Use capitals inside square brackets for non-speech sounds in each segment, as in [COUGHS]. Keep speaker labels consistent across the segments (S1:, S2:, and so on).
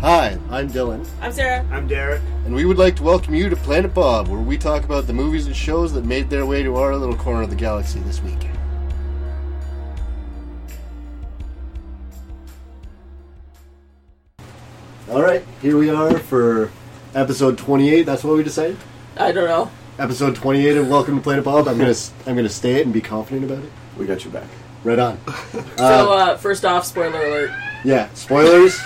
S1: Hi, I'm Dylan,
S2: I'm Sarah.
S3: I'm Derek.
S1: and we would like to welcome you to Planet Bob, where we talk about the movies and shows that made their way to our little corner of the galaxy this week. All right, here we are for episode 28. That's what we decided.
S2: I don't know.
S1: Episode 28 of Welcome to Planet Bob. I'm gonna [LAUGHS] I'm gonna stay it and be confident about it.
S3: We got you back.
S1: Right on.
S2: so, uh, first off, spoiler alert.
S1: Yeah, spoilers.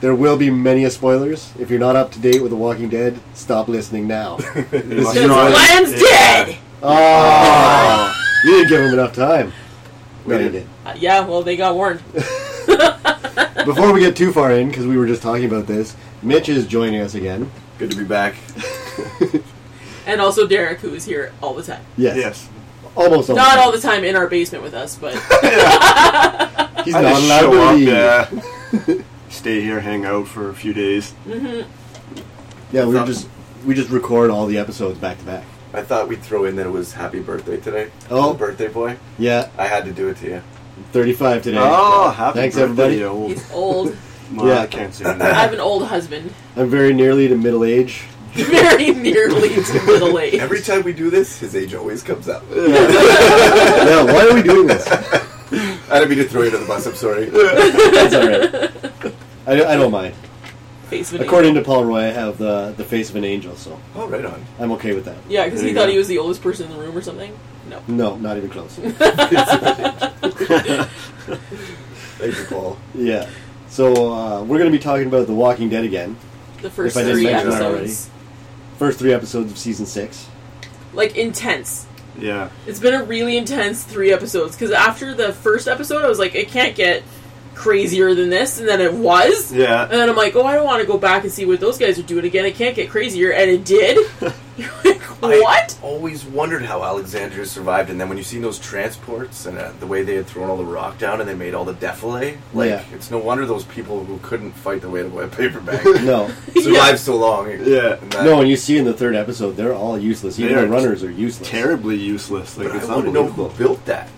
S1: there will be many a spoilers. If you're not up to date with The Walking Dead, stop listening now. [LAUGHS] this is
S2: Because
S1: your
S3: Because
S1: audience.
S2: Glenn's
S3: Yeah.
S2: dead!
S1: [LAUGHS] Oh, you didn't give him enough time.
S3: We
S1: No, you
S3: did.
S2: Uh, yeah, well, they got warned.
S1: didn't. Before we get too far in, because we were just talking about this, Mitch is joining us again.
S3: Good to be back.
S2: And also Derek, who is here all the time.
S1: Yes,
S3: Yes.
S1: almost all.
S2: Not all the time in our basement with us, but
S1: He's
S3: I
S1: not
S3: just
S1: allowed to
S3: show up,
S1: leave.
S3: yeah. [LAUGHS] Stay here, hang out for a few days.
S1: Yeah, we
S4: Thought-
S1: just we just record all the episodes back to back.
S4: I thought we'd throw in that it was happy birthday today.
S1: Oh.
S4: The birthday boy.
S1: Yeah,
S4: I had to do it to you.
S1: 35 today.
S3: Oh, happy
S1: Thanks,
S3: birthday,
S1: everybody.
S3: you old.
S2: he's old.
S3: Well,
S1: Yeah.
S3: I can't say
S2: I [LAUGHS]
S3: that.
S2: have an old husband.
S1: I'm very nearly to middle age.
S2: Very nearly to middle age.
S4: Every time we do this, his age always comes
S3: [LAUGHS]
S4: up.
S1: yeah, why are we doing this?
S4: [LAUGHS] I don't mean to throw you under the bus. I'm sorry.
S1: That's all right. I, don't- I don't mind.
S2: Face of an
S1: According to Paul Roy, I have the the face of an angel, so
S4: Oh, right on.
S1: I'm okay with that.
S2: angel. Yeah, because
S3: There
S2: he
S3: you
S2: thought
S3: go.
S2: he was the oldest person in the room or something. No.
S1: No, not even close.
S4: Thank you, Paul.
S1: yeah. So uh, we're going to be talking about The Walking Dead again.
S2: The first
S1: If I didn't
S2: three
S1: mention that
S2: episodes.
S1: First three episodes of season six.
S2: Like, intense.
S3: Yeah.
S2: It's been a really intense three episodes because after the first episode, I was like, it can't get crazier than this, and then it was. And
S3: Yeah.
S2: then I'm like, oh, I don't want to go back and see what those guys are doing again. It can't get crazier, and it did. [LAUGHS] You're like, what?
S4: I always wondered how Alexandria survived, and then when you seen those transports and uh, the way they had thrown all the rock down and they made all the defile, like
S1: Yeah.
S4: it's no wonder those people who couldn't fight their way to a paper
S3: [LAUGHS]
S4: bag [LAUGHS]
S1: No.
S4: survived so long.
S3: Yeah.
S4: And that-
S1: No, and you see in the third episode, they're all useless. Even
S3: They
S1: the
S3: are
S1: runners are useless.
S3: Terribly useless. Like
S4: But
S3: it's
S4: I want to know
S3: unbelievable.
S4: who built that.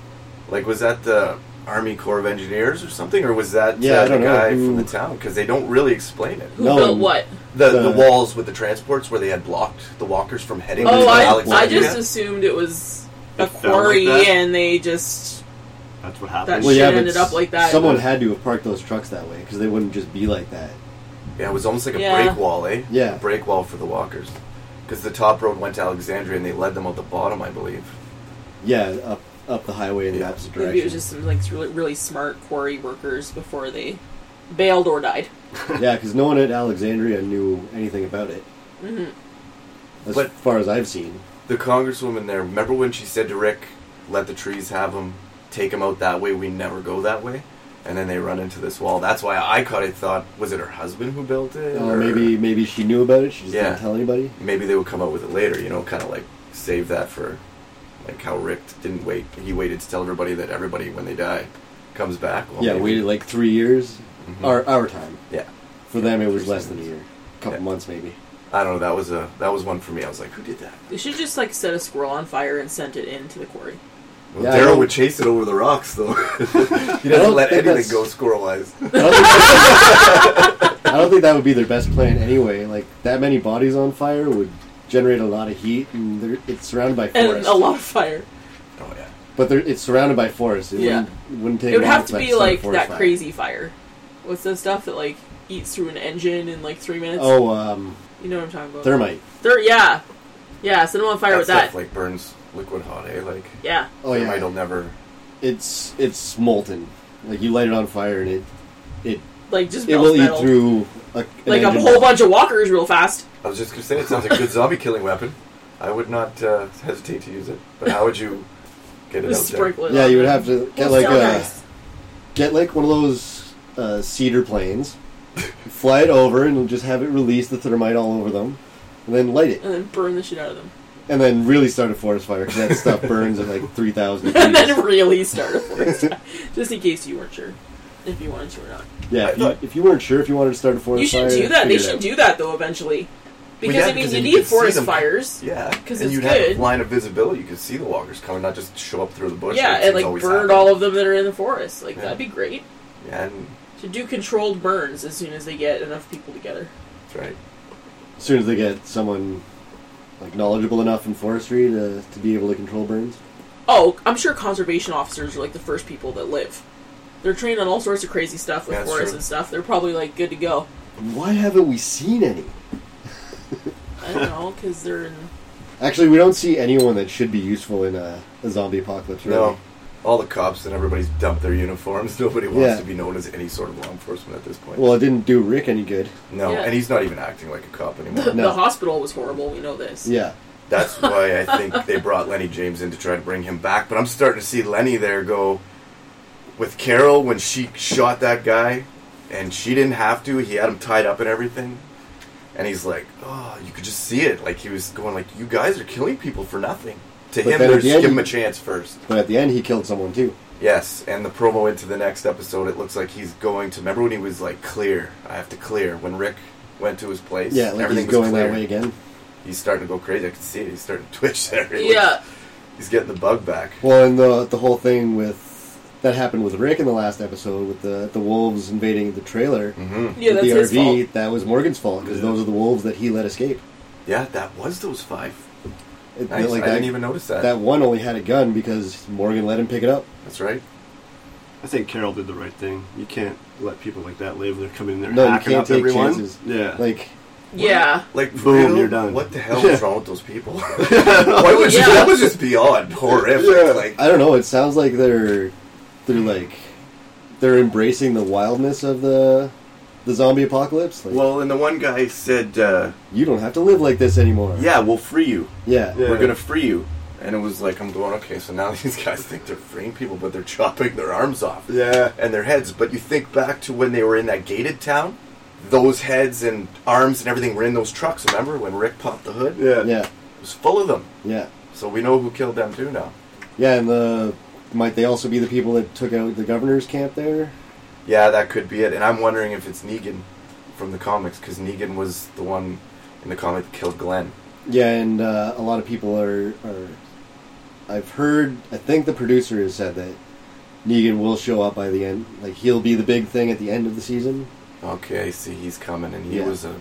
S4: Like, was that the Army Corps of Engineers or something, or was that
S1: Yeah, I
S4: uh, the
S1: don't know
S4: guy
S1: who-
S4: from the town? Because they don't really explain it.
S2: Who
S1: No.
S2: built what?
S4: The,
S1: The-
S4: the walls with the transports where they had blocked the walkers from heading.
S1: was
S2: Oh,
S4: to
S2: I,
S4: Alexandria.
S2: I just assumed it was a
S3: It felt like
S2: quarry,
S3: that.
S2: and they just
S3: That's what happened.
S2: That Well, shit
S1: but
S2: ended up like that.
S1: Someone had to have parked those trucks that way because they wouldn't just be like that.
S4: yeah, it was almost like a
S2: Yeah.
S4: break wall, eh?
S1: Yeah.
S4: a break wall for the walkers, because the top road went to Alexandria and they led them out the bottom, I believe.
S1: Yeah, up up the highway in the
S4: Yeah.
S1: opposite
S2: maybe it
S1: direction.
S2: was just some like really really smart quarry workers before they bailed or died.
S1: yeah, because no one at Alexandria knew anything about it.
S2: Mm-hmm.
S1: As
S4: But-
S1: far as I've seen.
S4: The congresswoman there, remember when she said to Rick, "Let the trees have them, take them out that way. We never go that way." And then they run into this wall. That's why I caught it. Thought was it her husband who built it?
S1: Uh, maybe maybe she knew about it. She just
S4: Yeah.
S1: didn't tell anybody.
S4: maybe they would come out with it later. You know, kind of like save that for like how Rick didn't wait. He waited to tell everybody that everybody when they die comes back. Well,
S1: yeah,
S4: maybe- Mm-hmm.
S1: waited like three years. Our our time.
S4: Yeah,
S1: For them, it was less than a year, a couple
S4: Yeah.
S1: months maybe.
S4: I don't know. That was a that was one for me. I was like, who did that?
S2: They should just like set a squirrel on fire and sent it into the quarry.
S4: Well,
S1: Yeah, I
S4: Daryl
S1: don't-
S4: would chase it over the rocks though. [LAUGHS] he
S1: don't
S4: doesn't let
S1: think
S4: anything
S1: that's-
S4: go squirrel wise.
S1: I don't, think- I don't think that would be their best plan anyway. Like that many bodies on fire would generate a lot of heat, and they're, it's surrounded by
S2: And
S1: forest.
S2: a lot of fire.
S4: [LAUGHS] Oh yeah.
S1: But they're, it's surrounded by forest. It
S2: Yeah.
S1: wouldn't, wouldn't take.
S2: It would
S1: long
S2: have to be
S1: start a
S2: like
S1: forest
S2: that
S1: fire.
S2: crazy fire. What's the stuff that like eats through an engine in like three minutes?
S1: Oh, um,
S2: you know what I'm talking about.
S1: thermite.
S2: Ther- yeah, yeah. Set them on fire
S4: that
S2: with
S4: stuff
S2: that.
S4: like burns liquid hot. Eh? Like
S2: yeah,
S1: Oh yeah,
S4: will never.
S1: it's it's molten. Like you light it on fire, and it it
S2: like just
S1: it
S2: melts
S1: will
S2: metal.
S1: eat through a, an
S2: like a
S1: engine.
S2: whole bunch of walkers real fast.
S4: I was just gonna say it sounds like a good zombie killing weapon. I would not uh, hesitate to use it. But how would you get it
S2: Just
S4: out there?
S2: sprinkle it.
S1: Yeah,
S2: on
S1: you would
S2: them.
S1: have to get
S2: Well,
S1: like uh,
S2: so
S1: a.
S2: nice.
S1: get like one of those uh, cedar planes, [LAUGHS] fly it over, and just have it release the thermite all over them, and then light it,
S2: and then burn the shit out of them, [LAUGHS]
S1: and then really start a forest fire because that stuff burns at like three thousand.
S2: [LAUGHS] and then really start a forest fire. just in case you weren't sure if you wanted to or not.
S1: Yeah,
S4: I
S1: if you,
S4: thought-
S1: if you weren't sure if you wanted to start a forest
S2: You should
S1: fire,
S2: do that.
S1: figure
S2: They
S1: it
S2: should
S1: out.
S2: do that though eventually, because
S4: yeah,
S2: I mean
S4: because
S2: you
S4: then you
S2: need
S4: could see
S2: forest
S4: them.
S2: fires.
S4: Yeah,
S2: 'Cause
S4: and
S2: it's
S4: you'd
S2: good.
S4: have line of visibility. You could see the walkers coming, not just show up through the bush.
S2: Yeah,
S4: which
S2: and
S4: it's
S2: like
S4: always
S2: burned
S4: happened.
S2: all of them that are in the forest. Like
S4: Yeah.
S2: that'd be great.
S4: Yeah, and
S2: Should to do controlled burns as soon as they get enough people together.
S4: That's right.
S1: As soon as they get someone like knowledgeable enough in forestry to, to be able to control burns.
S2: Oh, I'm sure conservation officers are like the first people that live. They're trained on all sorts of crazy stuff with
S4: That's
S2: forests
S4: true.
S2: and stuff. They're probably like good to go.
S1: Why haven't we seen any?
S2: I don't know because they're in.
S1: Actually, we don't see anyone that should be useful in a, a zombie apocalypse. Really.
S4: No, all the cops and everybody's dumped their uniforms. [LAUGHS] Nobody wants
S1: Yeah.
S4: to be known as any sort of law enforcement at this point.
S1: Well, it didn't do Rick any good.
S4: no,
S2: Yeah.
S4: and he's not even acting like a cop
S2: The, [LAUGHS]
S1: [LAUGHS]
S4: anymore.
S1: No.
S2: the hospital was horrible. We know this.
S1: Yeah.
S4: That's why I think they brought Lenny James in to try to bring him back. But I'm starting to see Lenny there go with Carol when she shot that guy, and she didn't have to. He had him tied up and everything, and he's like, "Oh, you could just see it." Like he was going, "Like you guys are killing people for nothing." To
S1: But
S4: him,
S1: then at
S4: there's
S1: the
S4: give
S1: end-
S4: him a chance first.
S1: But at the end, he killed someone too.
S4: Yes, and the promo into the next episode, it looks like he's going to. Remember when he was like, "Clear, I have to clear." When Rick went to his place,
S1: Yeah, like he's
S4: everything was
S1: going
S4: clear.
S1: that way again.
S4: He's starting to go crazy. I can see it. He's starting to twitch [LAUGHS] there. It looks-
S2: Yeah.
S4: He's getting the bug back.
S1: Well, and the the whole thing with that happened with Rick in the last episode with the the wolves invading the trailer.
S4: Mm-hmm.
S2: Yeah.
S1: with
S2: That's
S1: the
S2: his fault.
S1: That was Morgan's fault because
S3: Yeah.
S1: those are the wolves that he let escape.
S4: Yeah, that was those five.
S1: It-
S4: Nice.
S1: like
S4: I
S1: that,
S4: didn't even notice that.
S1: that one only had a gun because Morgan let him pick it up.
S4: That's right.
S3: I think Carol did the right thing. You can't let people like that live. They're coming in there
S1: No, you
S3: hacking
S1: can't
S3: up
S1: take
S3: everyone.
S1: chances.
S3: Yeah.
S1: Like
S2: Yeah.
S4: Like, for
S3: Boom,
S4: real,
S3: you're done.
S4: What the hell was
S3: Yeah.
S4: wrong with those people? [LAUGHS]
S3: [LAUGHS]
S4: Why would you,
S2: Yeah.
S4: That was just beyond horrific.
S3: Yeah.
S4: Like,
S1: I don't know. It sounds like they're they're like they're embracing the wildness of the the zombie apocalypse. Like
S4: well, and the one guy said, uh,
S1: you don't have to live like this anymore.
S4: "Yeah, we'll free you.
S1: yeah.
S3: Yeah.
S4: We're gonna free you." And it was like, I'm going, okay, so now [LAUGHS] these guys think they're freeing people, but they're chopping their arms off
S3: yeah.
S4: and their heads. But you think back to when they were in that gated town, those heads and arms and everything were in those trucks. Remember when Rick popped the hood?
S3: Yeah.
S1: yeah,
S4: It was full of them.
S1: yeah,
S4: So we know who killed them too now.
S1: yeah. And the might they also be the people that took out the governor's camp there?
S4: Yeah, that could be it. And I'm wondering if it's Negan from the comics because Negan was the one in the comic that killed Glenn.
S1: Yeah, and uh, a lot of people are are. I've heard. I think the producer has said that Negan will show up by the end. Like he'll be the big thing at the end of the season.
S4: Okay, see, he's coming, and he
S1: Yeah.
S4: was a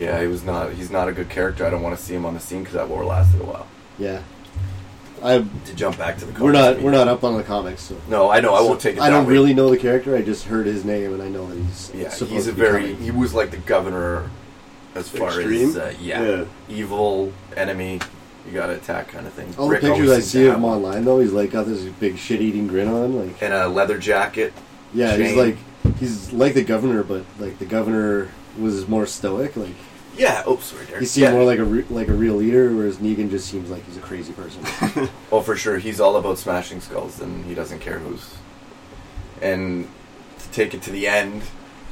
S4: yeah, he was not. He's not a good character. I don't want to see him on the scene because that war lasted a while.
S1: Yeah, I.
S4: To jump back to the comics,
S1: We're not.
S4: I
S1: We're
S4: mean-
S1: not up on the comics. So.
S4: No, I know. I won't take it.
S1: I
S4: that
S1: don't
S4: way.
S1: really know the character. I just heard his name, and I know that he's
S4: Yeah,
S1: Supposed
S4: he's a
S1: to be
S4: very.
S1: coming.
S4: He was like the governor, as far as
S3: Extreme?
S4: uh, yeah,
S3: Yeah.
S4: evil enemy. You gotta attack kind of thing.
S1: All
S4: Rick
S1: the pictures
S4: always
S1: I
S4: seemed
S1: see
S4: to
S1: of
S4: have
S1: him online, though, he's like got this big shit-eating grin on. Like,
S4: and a leather jacket.
S1: yeah, he's
S4: Shane.
S1: like he's like the governor, but like the governor was more stoic. Like
S4: Yeah. Oh, sorry, Derek.
S1: he seemed
S4: Yeah.
S1: more like a re- like a real leader, whereas Negan just seems like he's a crazy
S4: [LAUGHS]
S1: person.
S4: Oh, for sure. He's all about smashing skulls, and he doesn't care who's. And to take it to the end,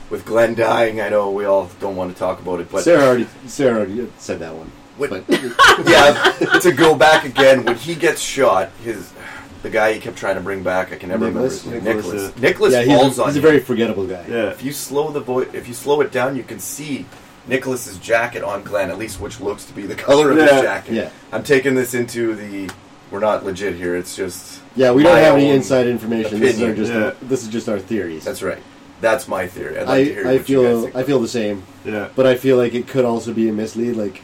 S4: with Glenn dying, I know we all don't want to talk about it, but
S1: Sarah already Sarah already said that one.
S4: What-
S1: But
S4: [LAUGHS] yeah, to go back again, when he gets shot, his the guy he kept trying to bring back, I can never
S1: Nicholas? uh,
S4: remember his name.
S3: Nicholas,
S4: Nicholas. Nicholas
S1: yeah,
S4: falls
S1: he's, a,
S4: on
S1: he's a
S4: you.
S1: very forgettable guy.
S3: Yeah.
S4: If you slow the vo- if you slow it down, you can see Nicholas's jacket on Glenn, at least which looks to be the [LAUGHS] color of
S3: Yeah.
S4: his jacket.
S1: Yeah.
S4: I'm taking this into the. We're not legit here. It's just
S1: Yeah, we don't
S4: my
S1: have any
S4: own-
S1: inside information. This is our
S4: opinion.
S1: just
S3: Yeah.
S1: this is just our theories.
S4: That's right. That's my theory. I'd like to hear
S1: I, I
S4: what you guys
S1: feel
S4: think.
S1: I feel the same.
S3: Yeah.
S1: but I feel like it could also be a mislead. Like,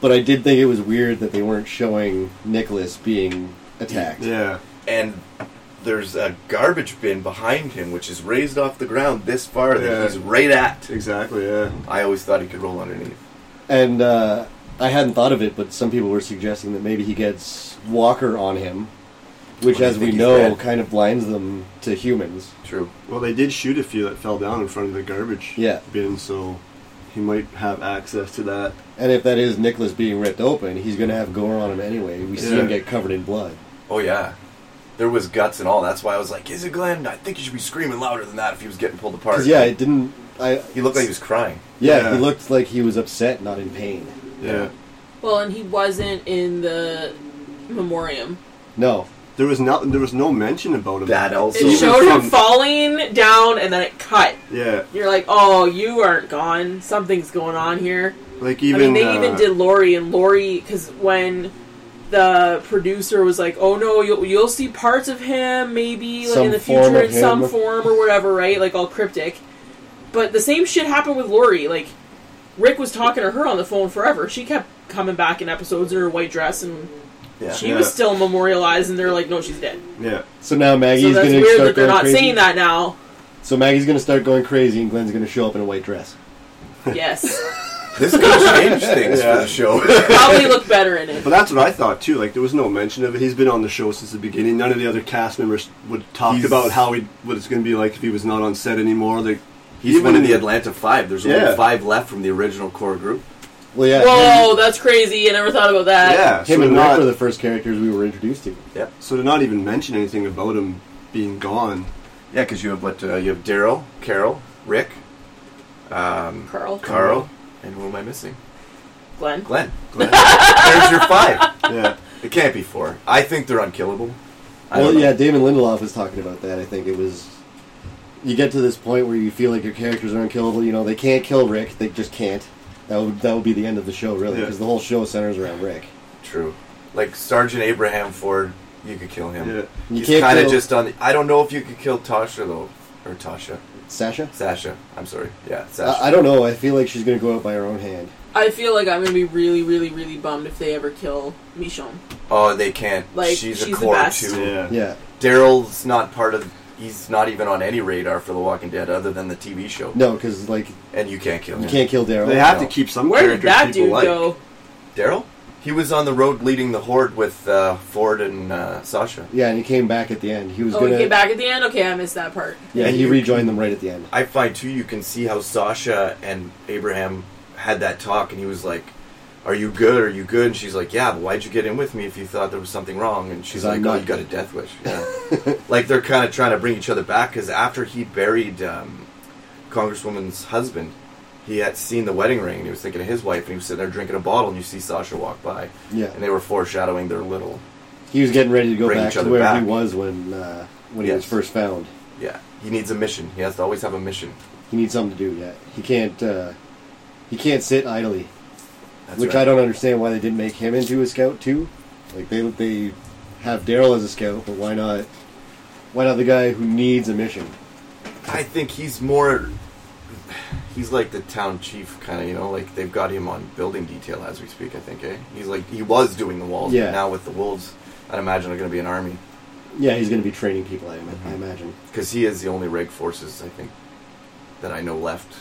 S1: but I did think it was weird that they weren't showing Nicholas being attacked.
S3: Yeah.
S4: and there's a garbage bin behind him, which is raised off the ground this far that
S3: Yeah.
S4: he's right at.
S3: Exactly. Yeah.
S4: I always thought he could roll underneath.
S1: And uh, I hadn't thought of it, but some people were suggesting that maybe he gets Walker on him,
S4: What
S1: which,
S4: do you
S1: as we
S4: think he's
S1: know,
S4: dead?
S1: kind of blinds them to humans.
S4: True.
S3: Well, they did shoot a few that fell down in front of the garbage
S1: Yeah.
S3: bin, so he might have access to that.
S1: And if that is Nicholas being ripped open, he's going to have gore on him anyway. We see
S3: Yeah.
S1: him get covered in blood.
S4: Oh yeah. There was guts and all. That's why I was like, "Is it Glenn? I think you should be screaming louder than that if he was getting pulled apart."
S1: 'Cause, yeah, it didn't. I
S4: he looked like he was crying.
S1: yeah,
S3: Yeah.
S1: he looked like he was upset, not in pain.
S3: Yeah.
S2: Well, and he wasn't in the memoriam.
S1: No,
S3: There was not. There was no mention about him.
S4: That also-
S2: It
S4: So-
S2: showed him
S3: From-
S2: falling down, and then it cut.
S3: Yeah.
S2: You're like, oh, you aren't gone. Something's going on here.
S3: Like even.
S2: I mean, they
S3: uh,
S2: even did Lori and Lori because when the producer was like, "Oh no, you'll you'll see parts of him maybe like, in
S1: Some
S2: the
S1: form
S2: future
S1: of
S2: in some
S1: him."
S2: form or whatever, right? Like all cryptic." But the same shit happened with Lori. Like Rick was talking to her on the phone forever. She kept coming back in episodes in her white dress, and
S4: Yeah.
S2: she was
S3: Yeah.
S2: still memorialized. And they're like, "No, she's dead."
S3: Yeah.
S1: So now
S2: so
S1: Maggie's
S2: that's
S1: gonna
S2: weird
S1: start
S2: that they're
S1: going
S2: not
S1: crazy.
S2: saying
S1: [LAUGHS]
S2: that now.
S1: So Maggie's gonna start going crazy, and Glenn's gonna show up in a white dress.
S2: Yes,
S4: This could
S2: [LAUGHS]
S4: change things
S3: Yeah.
S4: for the show.
S2: probably look better in
S3: But
S2: it.
S3: that's what I thought too. Like there was no mention of it. He's been on the show since the beginning. None of the other cast members would talk
S4: He's-
S3: about how he what it's going to be like if he was not on set anymore. Like
S4: [LAUGHS] He's
S3: even
S4: one of
S3: in-
S4: the Atlanta Five. There's
S3: Yeah.
S4: only five left from the original core group.
S1: Well, yeah,
S2: Whoa, that's crazy! I never thought about that.
S3: Yeah,
S1: him, him
S3: so
S1: and Rick
S3: not
S1: were the first characters we were introduced to.
S4: Yep.
S3: so to not even mention anything about him
S2: [LAUGHS]
S3: being gone.
S4: Yeah, because you have what uh, you have Daryl, Carol, Rick, um,
S2: Carl,
S4: Carl, and who am I missing?
S2: Glenn.
S4: Glenn. [LAUGHS] Glenn. There's your five.
S3: Yeah,
S4: It can't be four. I think they're unkillable. I
S1: Well,
S4: don't know.
S1: yeah, Damon Lindelof was talking about that. I think it was. You get to this point where you feel like your characters are unkillable. You know, they can't kill Rick. They just can't. That would that would be the end of the show, really,
S3: Yeah.
S1: because the whole show centers around Rick.
S4: True. Like Sergeant Abraham Ford, you could kill him.
S3: yeah.
S1: You
S4: He's
S1: can't
S4: kind of
S1: kill-
S4: just on. The, I don't know if you could kill Tasha though, or Tasha,
S1: Sasha.
S4: Sasha. I'm sorry. Yeah, Sasha.
S1: I, I don't know. I feel like she's gonna go out by her own hand.
S2: I feel like I'm gonna be really, really, really bummed if they ever kill Michonne.
S4: oh, they can't.
S2: Like,
S4: she's,
S2: she's
S4: a
S2: the
S4: core
S2: best.
S4: too.
S3: Yeah.
S1: Yeah,
S4: Daryl's not part of. He's not even on any radar for The Walking Dead other than the TV show.
S1: no, because like
S4: And you can't kill him.
S1: you can't kill Daryl.
S3: They have
S4: no.
S3: to keep some
S2: Where did
S3: characters
S2: that
S3: people
S2: dude
S3: like.
S2: go?
S4: Daryl? He was on the road leading the horde with uh, Ford and uh, Sasha.
S1: Yeah, and he came back at the end. He was
S2: Oh,
S1: gonna.
S2: he came back at the end. Okay, I missed that part.
S1: Yeah,
S4: And
S1: he
S4: you-
S1: rejoined them right at the end.
S4: I find too you can see how Sasha and Abraham had that talk, and he was like, "Are you good? Are you good?" And she's like, "Yeah, but why'd you get in with me if you thought there was something wrong?" And she's
S1: 'Cause I'm
S4: like, "Oh,
S1: not
S4: you got a
S1: [LAUGHS]
S4: death wish." Yeah, like they're kind of trying to bring each other back because after he buried um, Congresswoman's husband, he had seen the wedding ring and he was thinking of his wife, and he was sitting there drinking a bottle, and you see Sasha walk by,
S1: Yeah,
S4: and they were foreshadowing their little.
S1: he was getting ready to go
S4: Bring
S1: back
S4: each
S1: to
S4: other
S1: where
S4: back.
S1: he was when uh, when he was
S4: Yes.
S1: first found.
S4: Yeah, he needs a mission. He has to always have a mission.
S1: He needs something to do. Yeah, he can't. Uh, he can't sit idly.
S4: That's
S1: which
S4: right.
S1: I don't understand why they didn't make him into a scout too. Like they they have Daryl as a scout, but why not? Why not the guy who needs a mission?
S4: I think he's more. He's like the town chief, kind of, you know. Like they've got him on building detail as we speak. I think, eh? He's like he was doing the walls,
S1: Yeah.
S4: but now with the wolves, I'd imagine they're going to be an army
S1: Yeah, he's going to be training people. I,
S4: Mm-hmm.
S1: ima- I imagine.
S4: because he is the only reg forces I think that I know left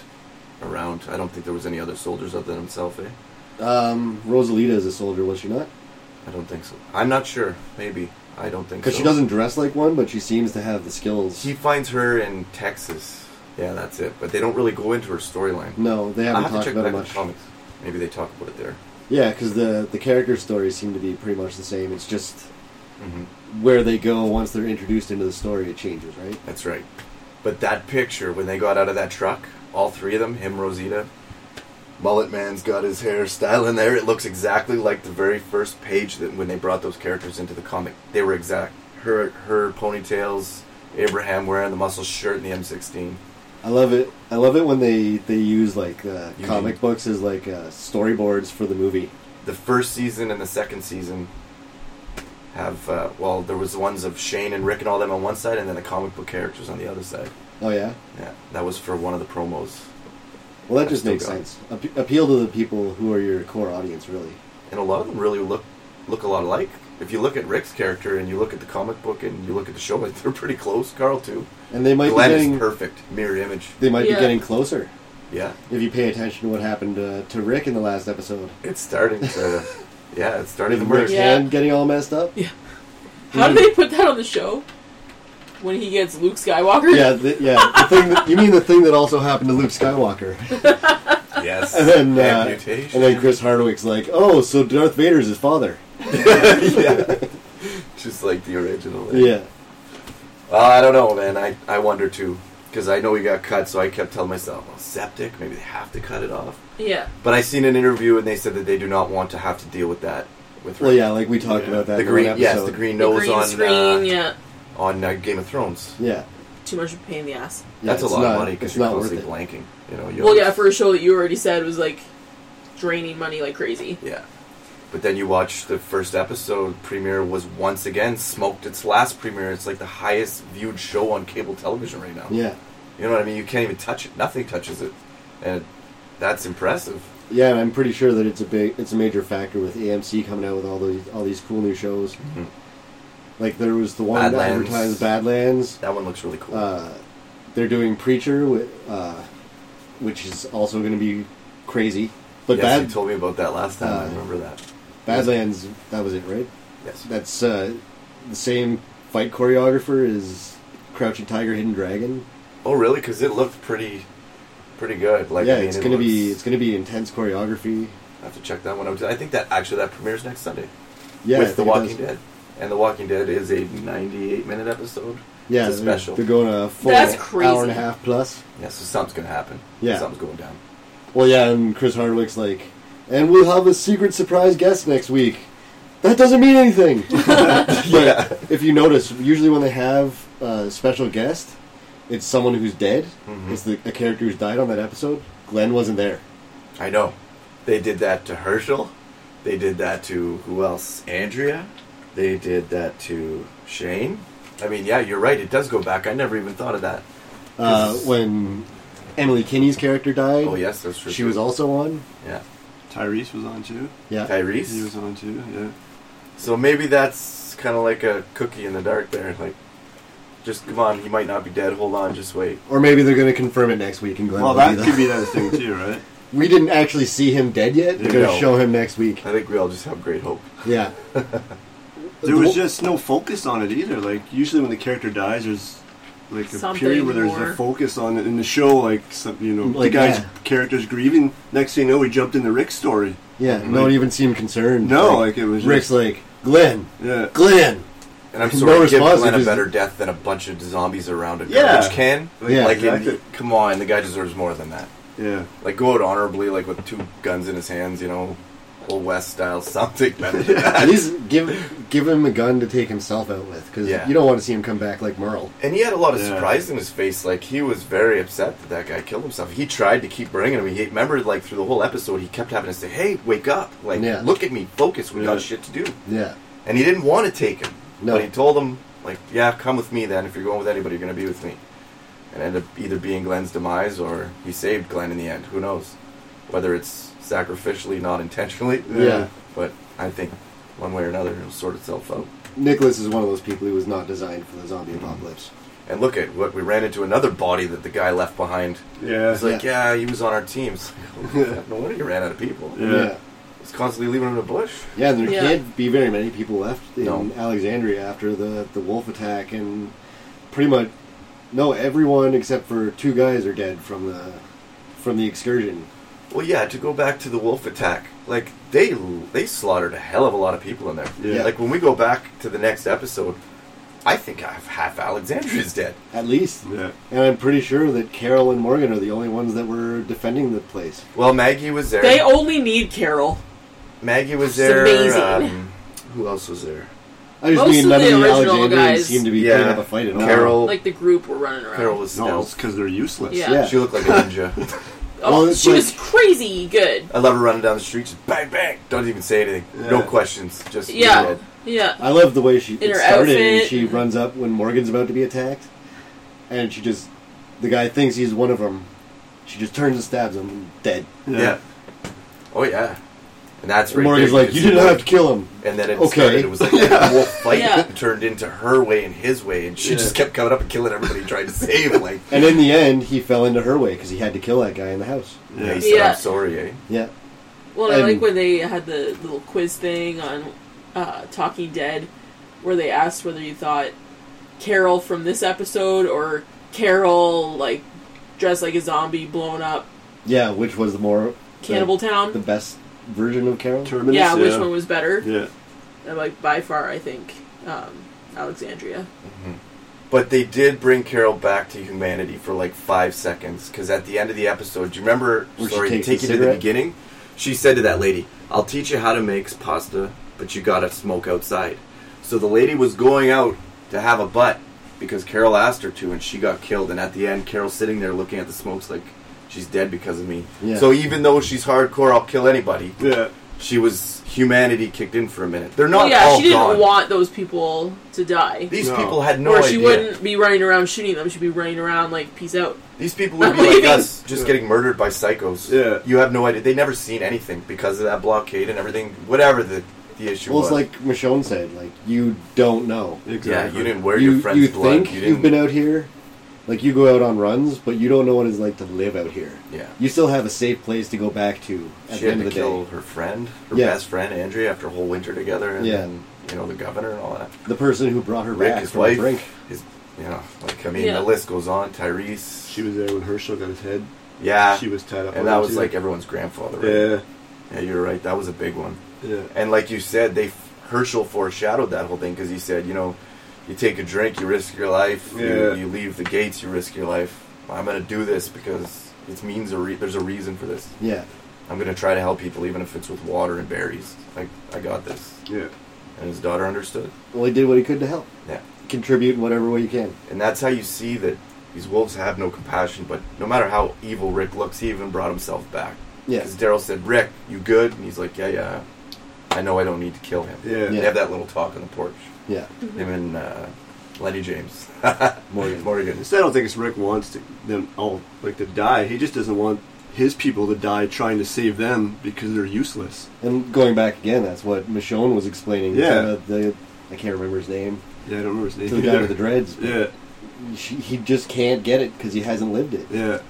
S4: around. I don't think there was any other soldiers other than himself, eh?
S1: Um, Rosalita is a soldier, was she not?
S4: I don't think so. I'm not sure. Maybe I don't think
S1: Because
S4: so.
S1: she doesn't dress like one, but she seems to have the skills.
S4: He finds her in Texas. Yeah, that's it. But they don't really go into her storyline.
S1: no, they
S4: I
S1: haven't
S4: have to
S1: talked
S4: check
S1: about it
S4: back in the
S1: much.
S4: comics. Maybe they talk about it there.
S1: Yeah, because the the character stories seem to be pretty much the same. It's just
S4: Mm-hmm.
S1: where they go once they're introduced into the story, it changes, right?
S4: That's right. But that picture when they got out of that truck, all three of them, him, Rosita, Mullet Man's got his hairstyle in there. It looks exactly like the very first page that when they brought those characters into the comic. They were exact. Her her ponytails, Abraham wearing the muscle shirt and the M16.
S1: I love it. I love it when they they use like uh,
S4: You
S1: comic
S4: do.
S1: books as like uh, storyboards for the movie.
S4: The first season and the second season have uh, well, there was the ones of Shane and Rick and all them on one side, and then the comic book characters on the other side.
S1: Oh yeah.
S4: Yeah, that was for one of the promos.
S1: Well, that
S4: I
S1: just
S4: still
S1: makes
S4: got it.
S1: sense. Appe- appeal to the people who are your core audience, really.
S4: and a lot of them really look look a lot alike. If you look at Rick's character and you look at the comic book and you look at the show, [LAUGHS] like, they're pretty close. Carl too.
S1: And they might
S4: Glenn
S1: be
S4: is
S1: getting
S4: perfect, mirror image.
S1: they might
S2: Yeah.
S1: be getting closer
S4: Yeah,
S1: if you pay attention to what happened uh, to Rick in the last episode.
S4: it's
S1: [LAUGHS]
S4: starting to. yeah, it's starting
S1: With
S4: to
S1: Rick's
S4: merge.
S2: Yeah.
S1: hand getting all messed up.
S2: Yeah. How did they put that on the show? When he gets Luke Skywalker?
S1: Yeah, the, yeah. The thing that, you mean the thing that also happened to Luke
S2: [LAUGHS]
S1: Skywalker,
S4: Yes,
S1: and then uh,
S4: amputation.
S1: and then
S4: [LAUGHS]
S1: Chris Hardwick's like, oh, so Darth Vader's his father.
S4: yeah, just like the original.
S1: Yeah,
S4: Uh, I don't know, man. I I wonder too because I know he got cut, so I kept telling myself, well, septic. Maybe they have to cut it off.
S2: Yeah.
S4: But I seen an interview and they said that they do not want to have to deal with that. With
S1: well,
S4: Rick.
S1: yeah, like we talked
S3: Yeah.
S1: about that.
S4: the
S1: in one
S4: green, yes, the
S1: episode.
S4: green
S2: The
S4: nose
S2: green
S4: on uh,
S2: screen, yeah.
S4: on uh, Game of Thrones.
S1: Yeah,
S2: Too much of a pain in the ass.
S1: Yeah,
S4: That's a
S1: it's
S4: lot
S1: not-
S4: of money because
S1: it's
S4: you're
S1: not worth
S4: constantly
S1: it.
S4: blanking. You know. you
S2: Well,
S4: always-
S2: yeah, for a show that you already said was like draining money like crazy.
S4: yeah. But then you watch the first episode premiere was once again smoked its last premiere. It's like the highest viewed show on cable television right now.
S1: Yeah.
S4: You know what I mean? You can't even touch it. Nothing touches it, and that's impressive.
S1: Yeah, and I'm pretty sure that it's a big, it's a major factor with AMC coming out with all those, all these cool new shows.
S4: Mhm.
S1: Like there was the one
S4: Badlands.
S1: advertised Badlands.
S4: That one looks really cool.
S1: Uh, they're doing Preacher, wi- uh, which is also going to be crazy. But
S4: yes, you
S1: Bad,
S4: told me about that last time. I
S1: Uh,
S4: remember that.
S1: Badlands, that was it, right?
S4: Yes.
S1: That's uh, the same fight choreographer as Crouching Tiger, Hidden Dragon.
S4: Oh, really? Because it looked pretty, pretty good. Like,
S1: yeah,
S4: I mean,
S1: it's
S4: it
S1: gonna be,
S4: looks-
S1: it's gonna be intense choreography.
S4: I have to check that one out. I think that actually that premieres next Sunday
S1: Yeah, I
S4: with The
S1: think it
S4: Walking
S1: does.
S4: Dead, and The Walking Dead is a 98 minute episode.
S1: Yeah,
S4: It's a
S1: they're-
S4: special.
S1: They're going a full hour
S2: That's
S1: and
S2: crazy.
S1: a half plus.
S4: Yeah, so something's gonna happen.
S1: Yeah.
S4: something's going down.
S1: Well, yeah, and Chris Hardwick's like, and we'll have a secret surprise guest next week. That doesn't mean
S4: [LAUGHS]
S1: anything. But
S4: Yeah.
S1: if you notice, usually when they have a special guest, it's someone who's dead.
S4: Mhm.
S1: It's the, a character who's died on that episode. Glenn wasn't there.
S4: I know. They did that to Herschel. They did that to who else? Andrea. They did that to Shane. I mean, yeah, you're right. It does go back. I never even thought of that.
S1: Uh,
S4: 'Cause-
S1: when Emily Kinney's character died,
S4: Oh yes, that's true.
S1: she was also on.
S4: yeah.
S3: Tyrese was on too.
S1: Yeah,
S3: He was
S4: Tyrese.
S3: on too. Yeah.
S4: So maybe that's kind of like a cookie in the dark there. Like, just come on, he might not be dead. Hold on, just wait.
S1: or maybe they're going to confirm it next week. And Glenn
S3: Well,
S1: will
S3: that
S1: be
S3: could
S1: there. [LAUGHS]
S3: be that thing
S4: [LAUGHS]
S3: too, right?
S1: We didn't actually see him dead yet. They're going to
S4: No.
S1: show him next week.
S4: I think we all just have great hope.
S1: Yeah.
S3: There was just no focus on it either. Like usually when the character dies, there's like a
S2: Something
S3: period where there's
S2: more.
S3: a focus on it in the show. Like some, you know,
S1: Like,
S3: the guy's
S1: yeah.
S3: character's grieving. Next thing you know, we jumped into Rick's story.
S1: Yeah, no one even seemed concerned.
S3: No, like, it was
S1: Rick's
S3: just-
S1: like Glenn,
S3: Yeah. [LAUGHS]
S1: Glenn.
S4: And I'm
S1: No
S4: sorry, give
S1: response,
S4: Glenn
S1: it
S4: a
S1: just-
S4: better death than a bunch of zombies around a garbage
S3: Yeah.
S4: can.
S1: Yeah,
S4: like, in-
S3: exactly.
S4: come on, the guy deserves more than that.
S3: Yeah.
S4: Like, go out honorably, like with two guns in his hands, you know, old west style, [LAUGHS] something better than that.
S1: At least give give him a gun to take himself out with, because
S4: Yeah.
S1: you don't want to see him come back like Merle.
S4: And he had a lot of
S3: Yeah.
S4: surprise in his face. Like he was very upset that that guy killed himself. He tried to keep bringing him. He remembered like through the whole episode, he kept having to say, "Hey, wake up! Like,
S1: Yeah.
S4: look at me, focus. We
S3: Yeah.
S4: got shit to do."
S1: Yeah,
S4: And he didn't want to take him.
S1: No.
S4: But he told him, like, "Yeah, come with me then. If you're going with anybody, you're going to be with me." And ended up either being Glenn's demise or he saved Glenn in the end. Who knows? Whether it's sacrificially, not intentionally. [LAUGHS]
S1: Yeah.
S4: But I think one way or another, it'll sort itself out.
S1: Nicholas is one of those people who was not designed for the zombie apocalypse.
S4: And look at what we ran into another body that the guy left behind.
S3: Yeah.
S4: It's like, yeah, he was on our team. [LAUGHS] It's like, oh, crap, no wonder you ran out of people.
S3: Yeah.
S1: yeah,
S4: It's constantly leaving him in the bush.
S1: Yeah, and there
S2: Yeah.
S1: can't be very many people left in
S4: No.
S1: Alexandria after the the wolf attack, and pretty much no everyone except for two guys are dead from the from the excursion.
S4: Well, yeah, to go back to the wolf attack, like they they slaughtered a hell of a lot of people in there.
S3: Yeah.
S4: Like when we go back to the next episode, I think half, half Alexandria's dead.
S1: At least,
S3: Yeah.
S1: and I'm pretty sure that Carol and Morgan are the only ones that were defending the place.
S4: Well, Maggie was there.
S2: They only need Carol.
S4: Maggie was
S2: It's
S4: there.
S2: amazing.
S4: Um, who else was there?
S1: I just
S2: Most
S1: mean
S2: of
S1: none
S2: the
S1: of the
S2: original
S1: Alexandrians
S2: guys-
S1: seem to be
S4: Yeah.
S1: putting up a fight at all.
S4: Carol.
S2: Like the group were running around.
S4: Carol was
S3: No,
S4: stealth.
S3: because they're useless.
S2: Yeah.
S1: Yeah.
S4: She looked like a ninja.
S2: Oh,
S1: Well, it's
S2: she
S1: like-
S2: was crazy good.
S4: I love her running down the street. Just bang, bang. Don't even say anything. No
S3: Yeah.
S4: questions. Just
S2: Yeah. Yeah.
S1: I love the way she
S2: In
S1: it
S2: her
S1: started. and
S2: outfit.
S1: She runs up when Morgan's about to be attacked, and she just the guy thinks he's one of them. She just turns and stabs him, and dead.
S4: Yeah. Oh yeah. And that's
S1: And
S4: right
S1: Morgan's
S4: there,
S1: like,
S4: can
S1: "You
S4: see
S1: didn't
S4: where-
S1: have to kill him."
S4: And then it
S1: Okay.
S4: started. It was like the whole fight
S2: Yeah.
S4: turned into her way and his way, and she
S3: Yeah.
S4: just kept coming up and killing everybody trying to save. Like,
S1: And in the end, he fell into her way because he had to kill that guy in the house.
S4: yeah,
S3: Yeah.
S4: he said,
S2: Yeah.
S4: "I'm sorry." Eh?
S1: Yeah,
S2: Well, I
S1: And-
S2: like when they had the little quiz thing on uh, Talking Dead, where they asked whether you thought Carol from this episode or Carol like dressed like a zombie, blown up,
S1: yeah. Which was the more
S2: Cannibal Town.
S1: the, the best version of Carol?
S3: Terminus.
S2: yeah, which one was better?
S3: Yeah.
S2: And, like by far, I think um, Alexandria.
S4: But they did bring Carol back to humanity for like five seconds because at the end of the episode, do you remember?
S1: Where she
S4: sorry,
S1: takes
S4: take
S1: the
S4: you to the
S1: cigarette?
S4: beginning. She said to that lady, "I'll teach you how to make pasta, but you gotta smoke outside." So the lady was going out to have a butt because Carol asked her to, and she got killed. And at the end, Carol's sitting there looking at the smokes like she's dead because of me.
S1: Yeah.
S4: So even though she's hardcore, I'll kill anybody.
S3: Yeah.
S4: She was humanity kicked in for a minute. They're not
S2: Well, yeah,
S4: all
S2: she didn't
S4: gone.
S2: want those people to die.
S4: These
S3: No.
S4: people had no
S2: or
S4: idea.
S2: she wouldn't be running around shooting them. She'd be running around like, peace out.
S4: These people would be like us, just getting murdered by psychos.
S3: Yeah.
S4: You have no idea. They never seen anything because of that blockade and everything, whatever the, the issue
S1: Well,
S4: was.
S1: it's like Michonne said, like you don't know.
S4: yeah, you didn't wear
S1: you
S4: your friend's
S1: you
S4: blood.
S1: think
S4: you
S1: you
S4: didn't,
S1: have been out here, like you go out on runs, but you don't know what it's like to live out here.
S4: Yeah.
S1: You still have a safe place to go back to at
S4: She
S1: the
S4: had
S1: end
S4: to
S1: of the
S4: kill
S1: day.
S4: her friend, her
S1: Yeah.
S4: best friend, Andrea, after a whole winter together. And
S1: Yeah.
S4: then, you know, the governor and all that.
S1: The person who brought her
S4: Rick,
S1: back
S4: his
S1: from
S4: wife,
S1: the brink.
S4: his, you know, like, I mean,
S2: Yeah.
S4: the list goes on. Tyrese.
S3: She was there when Herschel got his head.
S4: yeah.
S3: She was tied up. on
S4: Ah. and that
S3: him,
S4: was
S3: too.
S4: like everyone's grandfather, right?
S3: yeah,
S4: Yeah, you're right. That was a big one.
S3: yeah.
S4: And like you said, they Herschel foreshadowed that whole thing because he said, you know, you take a drink, you risk your life. You,
S3: Yeah.
S4: you leave the gates, you risk your life. I'm gonna do this because it means a re- there's a reason for this.
S1: Yeah.
S4: I'm gonna try to help people, even if it's with water and berries. Like I got this.
S3: Yeah.
S4: And his daughter understood.
S1: Well, he did what he could to help.
S4: Yeah.
S1: Contribute in whatever way you can.
S4: And that's how you see that these wolves have no compassion. But no matter how evil Rick looks, he even brought himself back.
S1: Yeah.
S4: Because Daryl said, "Rick, you good?" And he's like, "Yeah, yeah. I know I don't need to kill him."
S3: Yeah.
S4: They have that little talk on the porch.
S1: Yeah.
S4: Him and uh, Lenny James. [LAUGHS]
S1: Morgan.
S4: Morgan.
S3: Instead, I don't think it's Rick wants to, them all like to die. He just doesn't want his people to die trying to save them because they're useless.
S1: And going back again, that's what Michonne was explaining.
S3: Yeah.
S1: to The, I can't remember his name.
S3: Yeah, I don't remember his name.
S1: To the guy with the dreads.
S3: Yeah,
S1: She, he just can't get it because he hasn't lived it.
S3: yeah,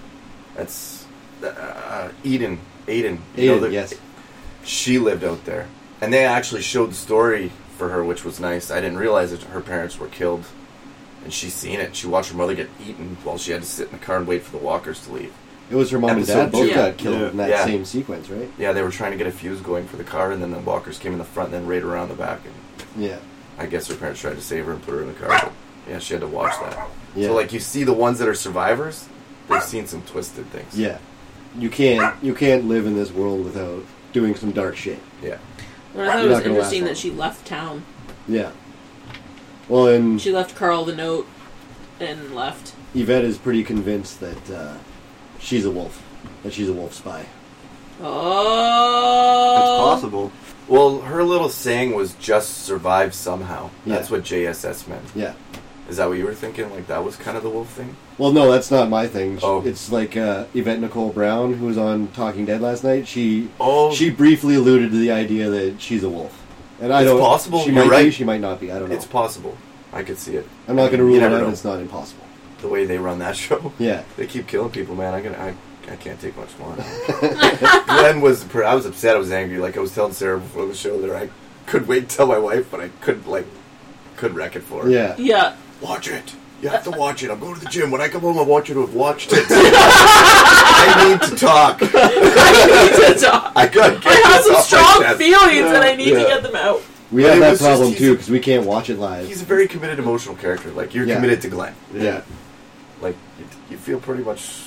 S4: That's uh, Eden. Aiden. You know,
S1: Aiden,
S4: the-
S1: yes.
S4: She lived out there. And they actually showed the story for her, which was nice. I didn't realize that her parents were killed. And she seen it. She watched her mother get eaten while she had to sit in the car and wait for the walkers to leave.
S1: It was her mom and
S4: Episode
S1: dad both
S2: two.
S1: got killed
S3: Yeah.
S1: in that
S4: Yeah.
S1: same sequence, right?
S4: Yeah, they were trying to get a fuse going for the car, and then the walkers came in the front, and then right around the back. And
S1: Yeah.
S4: I guess her parents tried to save her and put her in the car. But yeah, she had to watch that.
S1: Yeah.
S4: So like you see the ones that are survivors, they've seen some twisted things.
S1: Yeah. You can't you can't live in this world without doing some dark shit.
S4: Yeah.
S2: But
S1: You're
S2: I thought it was
S1: not gonna
S2: interesting
S1: laugh
S2: that
S1: at
S2: she left town.
S1: Yeah. Well, and
S2: She left Carl the note and left.
S1: Yvette is pretty convinced that uh, she's a wolf, that she's a wolf spy.
S3: that's
S2: Oh,
S3: possible.
S4: Well, her little saying was just survive somehow. That's
S1: Yeah.
S4: what JSS meant.
S1: Yeah.
S4: Is that what you were thinking? Like that was kind of the wolf thing?
S1: Well, no, that's not my thing. Sh-
S4: Oh.
S1: It's like uh, Yvette Nicole Brown, who was on Talking Dead last night. She
S4: Oh,
S1: she briefly alluded to the idea that she's a wolf, and I
S4: It's
S1: don't.
S4: possible,
S1: She
S4: you're
S1: might be.
S4: right.
S1: She might not be. I don't know.
S4: it's possible. I could see it.
S1: I'm not going to
S4: You
S1: rule it
S4: never
S1: out.
S4: know.
S1: It's not impossible.
S4: The way they run that [LAUGHS] show,
S1: Yeah.
S4: they keep killing people, man. I can I, I can't take much more.
S2: [LAUGHS]
S4: Glenn was per- I was upset. I was angry. Like I was telling Sarah before the show that I could wait till my wife, but I couldn't like could wreck it for her.
S1: Yeah.
S4: [LAUGHS]
S2: yeah.
S4: Watch it. You have to watch it. I'm going to the gym. When I come home, I want you to have watched it. I need to talk.
S2: I need to talk.
S4: I got.
S2: I have some strong
S4: feelings.
S2: feelings and I need to
S4: Yeah.
S2: get them out.
S1: We
S4: But
S1: have
S4: it
S1: that
S4: was just-
S1: problem
S4: he's-
S1: too because we can't watch it live.
S4: He's a very committed, emotional character. Like you're
S1: Yeah.
S4: committed to Glenn.
S1: yeah.
S4: Like you, you feel pretty much.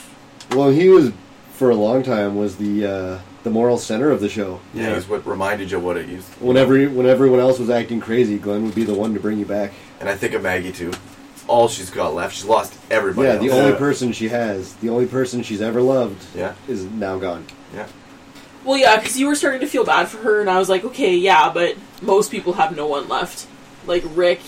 S1: Well, he was for a long time was the uh, the moral center of the show.
S4: Yeah,
S3: Yeah.
S4: he's what reminded you of what it used. to-
S1: Whenever when everyone else was acting crazy, Glenn would be the one to bring you back.
S4: And I think of Maggie too. It's all she's got left. She's lost everybody.
S1: yeah, the
S4: else.
S1: only
S3: Yeah.
S1: person she has, the only person she's ever loved,
S4: Yeah.
S1: is now gone.
S4: yeah.
S2: Well, yeah, because you were starting to feel bad for her, and I was like, okay, yeah, but most people have no one left. Like, Rick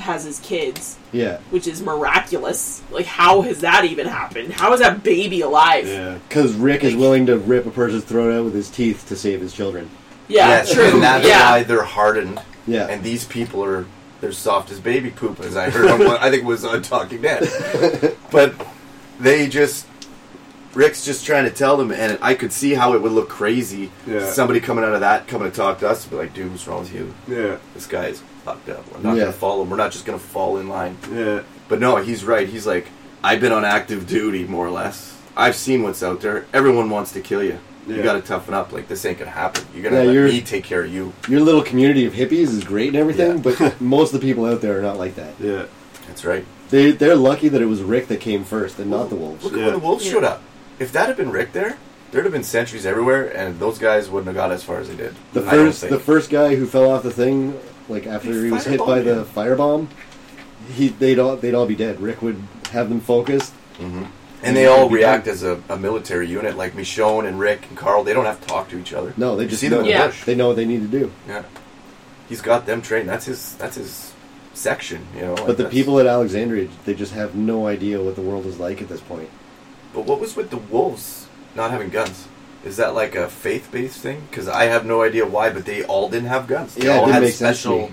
S2: has his kids,
S1: Yeah,
S2: which is miraculous. Like, how has that even happened? How is that baby alive?
S3: Yeah,
S1: because Rick is
S2: Like-
S1: willing to rip a person's throat out with his teeth to save his children.
S2: Yeah,
S4: yes,
S2: true.
S4: And that's
S2: yeah.
S4: why they're hardened.
S1: Yeah.
S4: And these people are they're soft as baby poop, as I heard on one, I think it was on
S1: [LAUGHS]
S4: Talking Dead. but they just Rick's just trying to tell them, and I could see how it would look crazy.
S3: Yeah.
S4: Somebody coming out of that, coming to talk to us, be like, "Dude, what's wrong with you?
S3: yeah,
S4: This guy is fucked up. We're not
S1: Yeah.
S4: gonna follow him. We're not just gonna fall in line."
S3: yeah.
S4: But no, he's right. He's like, I've been on active duty, more or less. I've seen what's out there. Everyone wants to kill you. You
S3: Yeah.
S4: gotta toughen up. Like, this ain't gonna happen. You're gonna
S1: Yeah,
S4: let
S1: you're-
S4: me take care of you.
S1: Your little community of hippies is great and everything,
S4: Yeah. [LAUGHS]
S1: but most of the people out there are not like that.
S3: yeah.
S4: That's right.
S1: They they're lucky that it was Rick that came first and not the wolves.
S4: Look at
S3: Yeah.
S4: when the wolves
S2: Yeah.
S4: showed up. If that had been Rick there, there'd have been sentries everywhere, and those guys wouldn't have got as far as they did.
S1: The
S4: I don't
S1: first,
S4: think.
S1: the first guy who fell off the thing, like after
S4: They
S1: he was hit by
S4: firebombed
S1: the
S4: him.
S1: firebomb, he they'd all they'd all be dead. Rick would have them focused,
S4: And they all react as a, a military unit, like Michonne and Rick and Carl. They don't have to talk to each other.
S1: No, they
S4: You
S1: just
S4: see
S1: know.
S4: them in the
S2: Yeah.
S4: bush.
S1: They know what they need to do.
S4: Yeah, he's got them trained. That's his. That's his section. You know. like
S1: But the
S4: that's-
S1: people at Alexandria, they just have no idea what the world is like at this point.
S4: But what was with the wolves not having guns? Is that like a faith-based thing? Because I have no idea why, but they all didn't have guns. They
S1: Yeah, it
S4: all
S1: didn't
S4: had
S1: make sense to
S4: special
S1: me.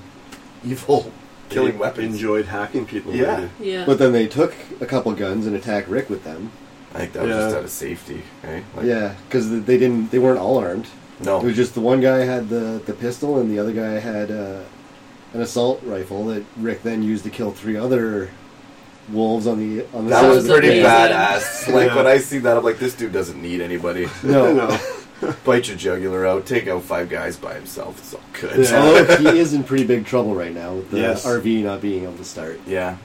S4: evil killing
S3: They
S4: weapons.
S3: Enjoyed hacking people.
S4: Yeah.
S3: maybe.
S2: Yeah.
S1: But then they took a couple guns and attacked Rick with them.
S4: I think that was
S3: Yeah.
S4: just out of safety, right? Oh. Like,
S1: Yeah, because they didn't. They weren't all armed.
S4: No.
S1: It was just the one guy had the the pistol and the other guy had uh, an assault rifle that Rick then used to kill three other wolves on the on the
S4: that
S1: side
S2: That
S4: was
S1: of the
S4: pretty
S1: bed.
S2: amazing.
S3: [LAUGHS]
S4: badass. Like
S3: Yeah.
S4: when I see that, I'm like, this dude doesn't need
S3: [LAUGHS]
S4: anybody.
S1: No. [LAUGHS]
S3: no.
S4: Bite your jugular out, take out five guys by himself. It's all good.
S3: Yeah.
S1: Although he is in pretty big trouble right now with the
S3: Yes.
S1: RV not being able to start.
S4: yeah.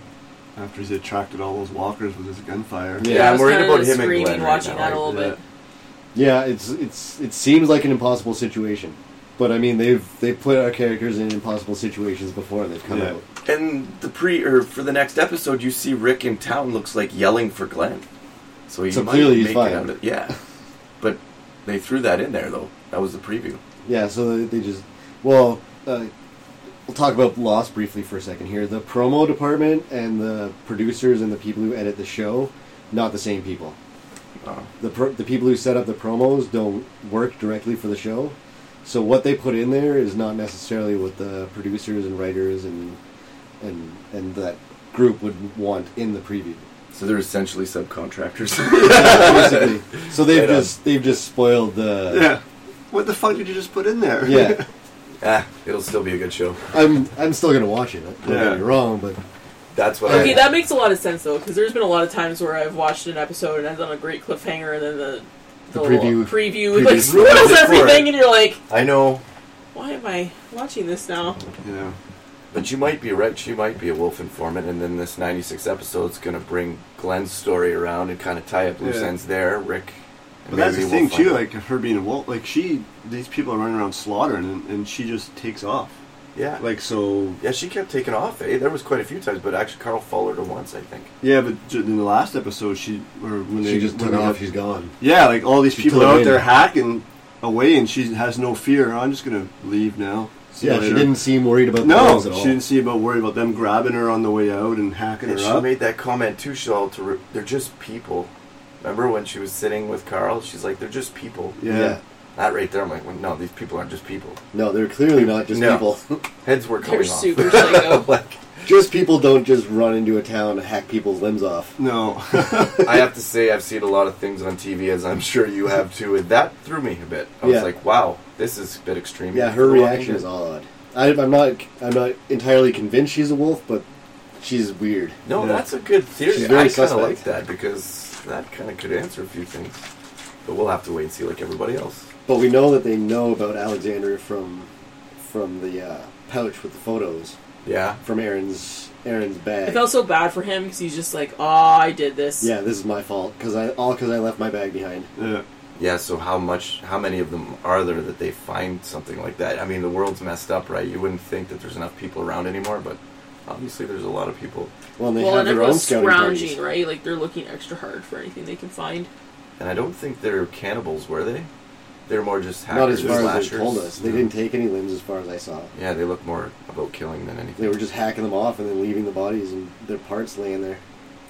S3: After he's attracted all those walkers with his gunfire.
S1: Yeah.
S2: I
S4: I'm
S2: was
S4: worried
S2: kinda
S4: about him and
S2: screaming
S4: Glenn right
S2: watching
S4: now,
S2: that
S4: I-
S2: a little
S3: yeah.
S2: bit.
S1: Yeah, it's it's it seems like an impossible situation, but I mean they've they put our characters in impossible situations before and they've come
S3: Yeah.
S1: out.
S4: And the pre or for the next episode, you see Rick in town looks like yelling for Glenn. So he
S1: So
S4: might
S1: clearly he's
S4: make it
S1: fine.
S4: out of- yeah, but they threw that in there though. That was the preview.
S1: Yeah, so they, they just well, uh, we'll talk about Lost briefly for a second here. The promo department and the producers and the people who edit the show, not the same people.
S4: Oh.
S1: The pro- the people who set up the promos don't work directly for the show, so what they put in there is not necessarily what the producers and writers and and and that group would want in the preview.
S4: So they're essentially subcontractors. [LAUGHS]
S1: Basically. so they've
S4: Right on.
S1: just they've just spoiled the
S3: Yeah. What the fuck did you just put in there? [LAUGHS]
S1: Yeah.
S4: ah, it'll still be a good show.
S1: I'm I'm still gonna watch it. Don't
S3: Yeah.
S1: get me wrong, but
S4: That's what.
S2: Okay,
S4: I,
S2: that makes a lot of sense though, because there's been a lot of times where I've watched an episode and I've done a great cliffhanger, and then the
S1: The
S2: little
S1: preview-
S2: preview
S4: preview
S2: like [LAUGHS]
S4: ruins
S2: ruins
S4: it for
S2: everything,
S4: it.
S2: and you're like,
S4: I know,
S2: why am I watching this now?
S3: You know.
S4: but you might be right. She might be a wolf informant, and then this '96 episode's gonna bring Glenn's story around and kind of tie up loose
S3: Yeah.
S4: ends there. Rick.
S3: But that's the
S4: maybe
S3: thing
S4: we'll find
S3: too,
S4: out.
S3: like her being a wolf, like she, these people are running around slaughtering, and, and she just takes off.
S4: yeah, like
S3: Like so,
S4: yeah, she kept taking off. Eh, there was quite a few times, but actually Carl followed her once, I think.
S3: yeah. But j- in the last episode, she or when they
S1: she just
S3: when
S1: took
S3: they
S1: off.
S3: got-
S1: She's gone.
S3: yeah, like all these
S1: She
S3: people
S1: took
S3: are out
S1: in.
S3: there hacking away, and she has no fear. "Oh, I'm just gonna leave now. See you
S1: Yeah, she
S3: later."
S1: didn't seem worried about the
S3: No,
S1: wolves
S3: she
S1: at all.
S3: didn't see about worry about them grabbing her on the way out and hacking
S4: And
S3: her
S4: she
S3: up.
S4: made that comment too, Shaw, to re- they're just people. Remember when she was sitting with Carl? She's like, they're just people.
S3: yeah.
S1: Yeah.
S4: That right there, I'm like, well, no, these people aren't just people.
S1: No, they're clearly not just
S4: No.
S1: people. [LAUGHS]
S4: Heads were
S2: They're
S4: coming off. [LAUGHS]
S2: super psycho.
S4: like,
S1: just people don't just run into a town and hack people's limbs off. [LAUGHS]
S3: [LAUGHS] No.
S4: I have to say, I've seen a lot of things on TV, as I'm sure you have too, and that threw me a bit. I was
S1: Yeah.
S4: like, wow, this is a bit extreme.
S1: Yeah, her reaction is odd. I, I'm not. I'm not entirely convinced she's a wolf, but she's weird.
S4: No,
S3: Yeah.
S4: that's a good theory.
S1: She's very
S4: I kind of
S1: suspect.
S4: like that because that kind of could answer a few things. But we'll have to wait and see, like everybody else.
S1: But we know that they know about Alexandria from from the uh, pouch with the photos
S4: Yeah.
S1: from Aaron's Aaron's
S2: I
S1: bag.
S2: felt so bad for him because he's just like, oh, I did this.
S1: yeah, this is my fault because I all because I left my bag behind.
S3: yeah.
S4: Yeah, so how much, how many of them are there that they find something like that? I mean, the world's messed up, right? You wouldn't think that there's enough people around anymore, but obviously there's a lot of people.
S1: Well, and they
S2: Well,
S1: have
S2: and
S1: their own
S2: everyone's
S1: scouting
S2: scrounging,
S1: parties.
S2: right? Like they're looking extra hard for anything they can find.
S4: And I don't think they're cannibals, were they? They're more just hackers,
S1: Not as far as they
S4: slashers.
S1: told us. They
S4: Yeah.
S1: didn't take any limbs as far as I saw.
S4: Yeah, they look more about killing than anything.
S1: They were just hacking them off and then leaving the bodies and their parts laying there.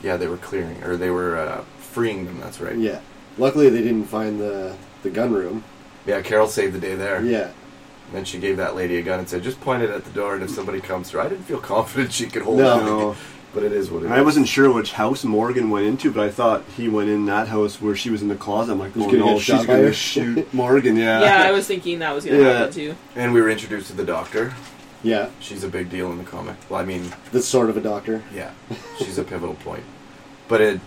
S4: Yeah, they were clearing, or they were uh, freeing them, that's right.
S1: Yeah. Luckily, they didn't find the the gun room.
S4: Yeah, Carol saved the day there.
S1: Yeah.
S4: And then she gave that lady a gun and said, just point it at the door, and if somebody comes through, I didn't feel [LAUGHS] confident she could hold
S1: No.
S4: it.
S3: No.
S4: But it is what it is.
S3: I wasn't sure which house Morgan went into, but I thought he went in that house where she was in the closet. I'm like,
S1: He's
S3: oh
S1: gonna
S3: no,
S1: get shot
S3: she's
S1: by
S3: gonna
S1: her. [LAUGHS]
S3: shoot Morgan. Yeah.
S2: yeah, I was thinking that was gonna
S3: Yeah.
S2: happen too.
S4: And we were introduced to the doctor.
S1: Yeah.
S4: She's a big deal in the comic. Well, I mean,
S1: That's sort of a doctor.
S4: Yeah, she's a pivotal point. But it,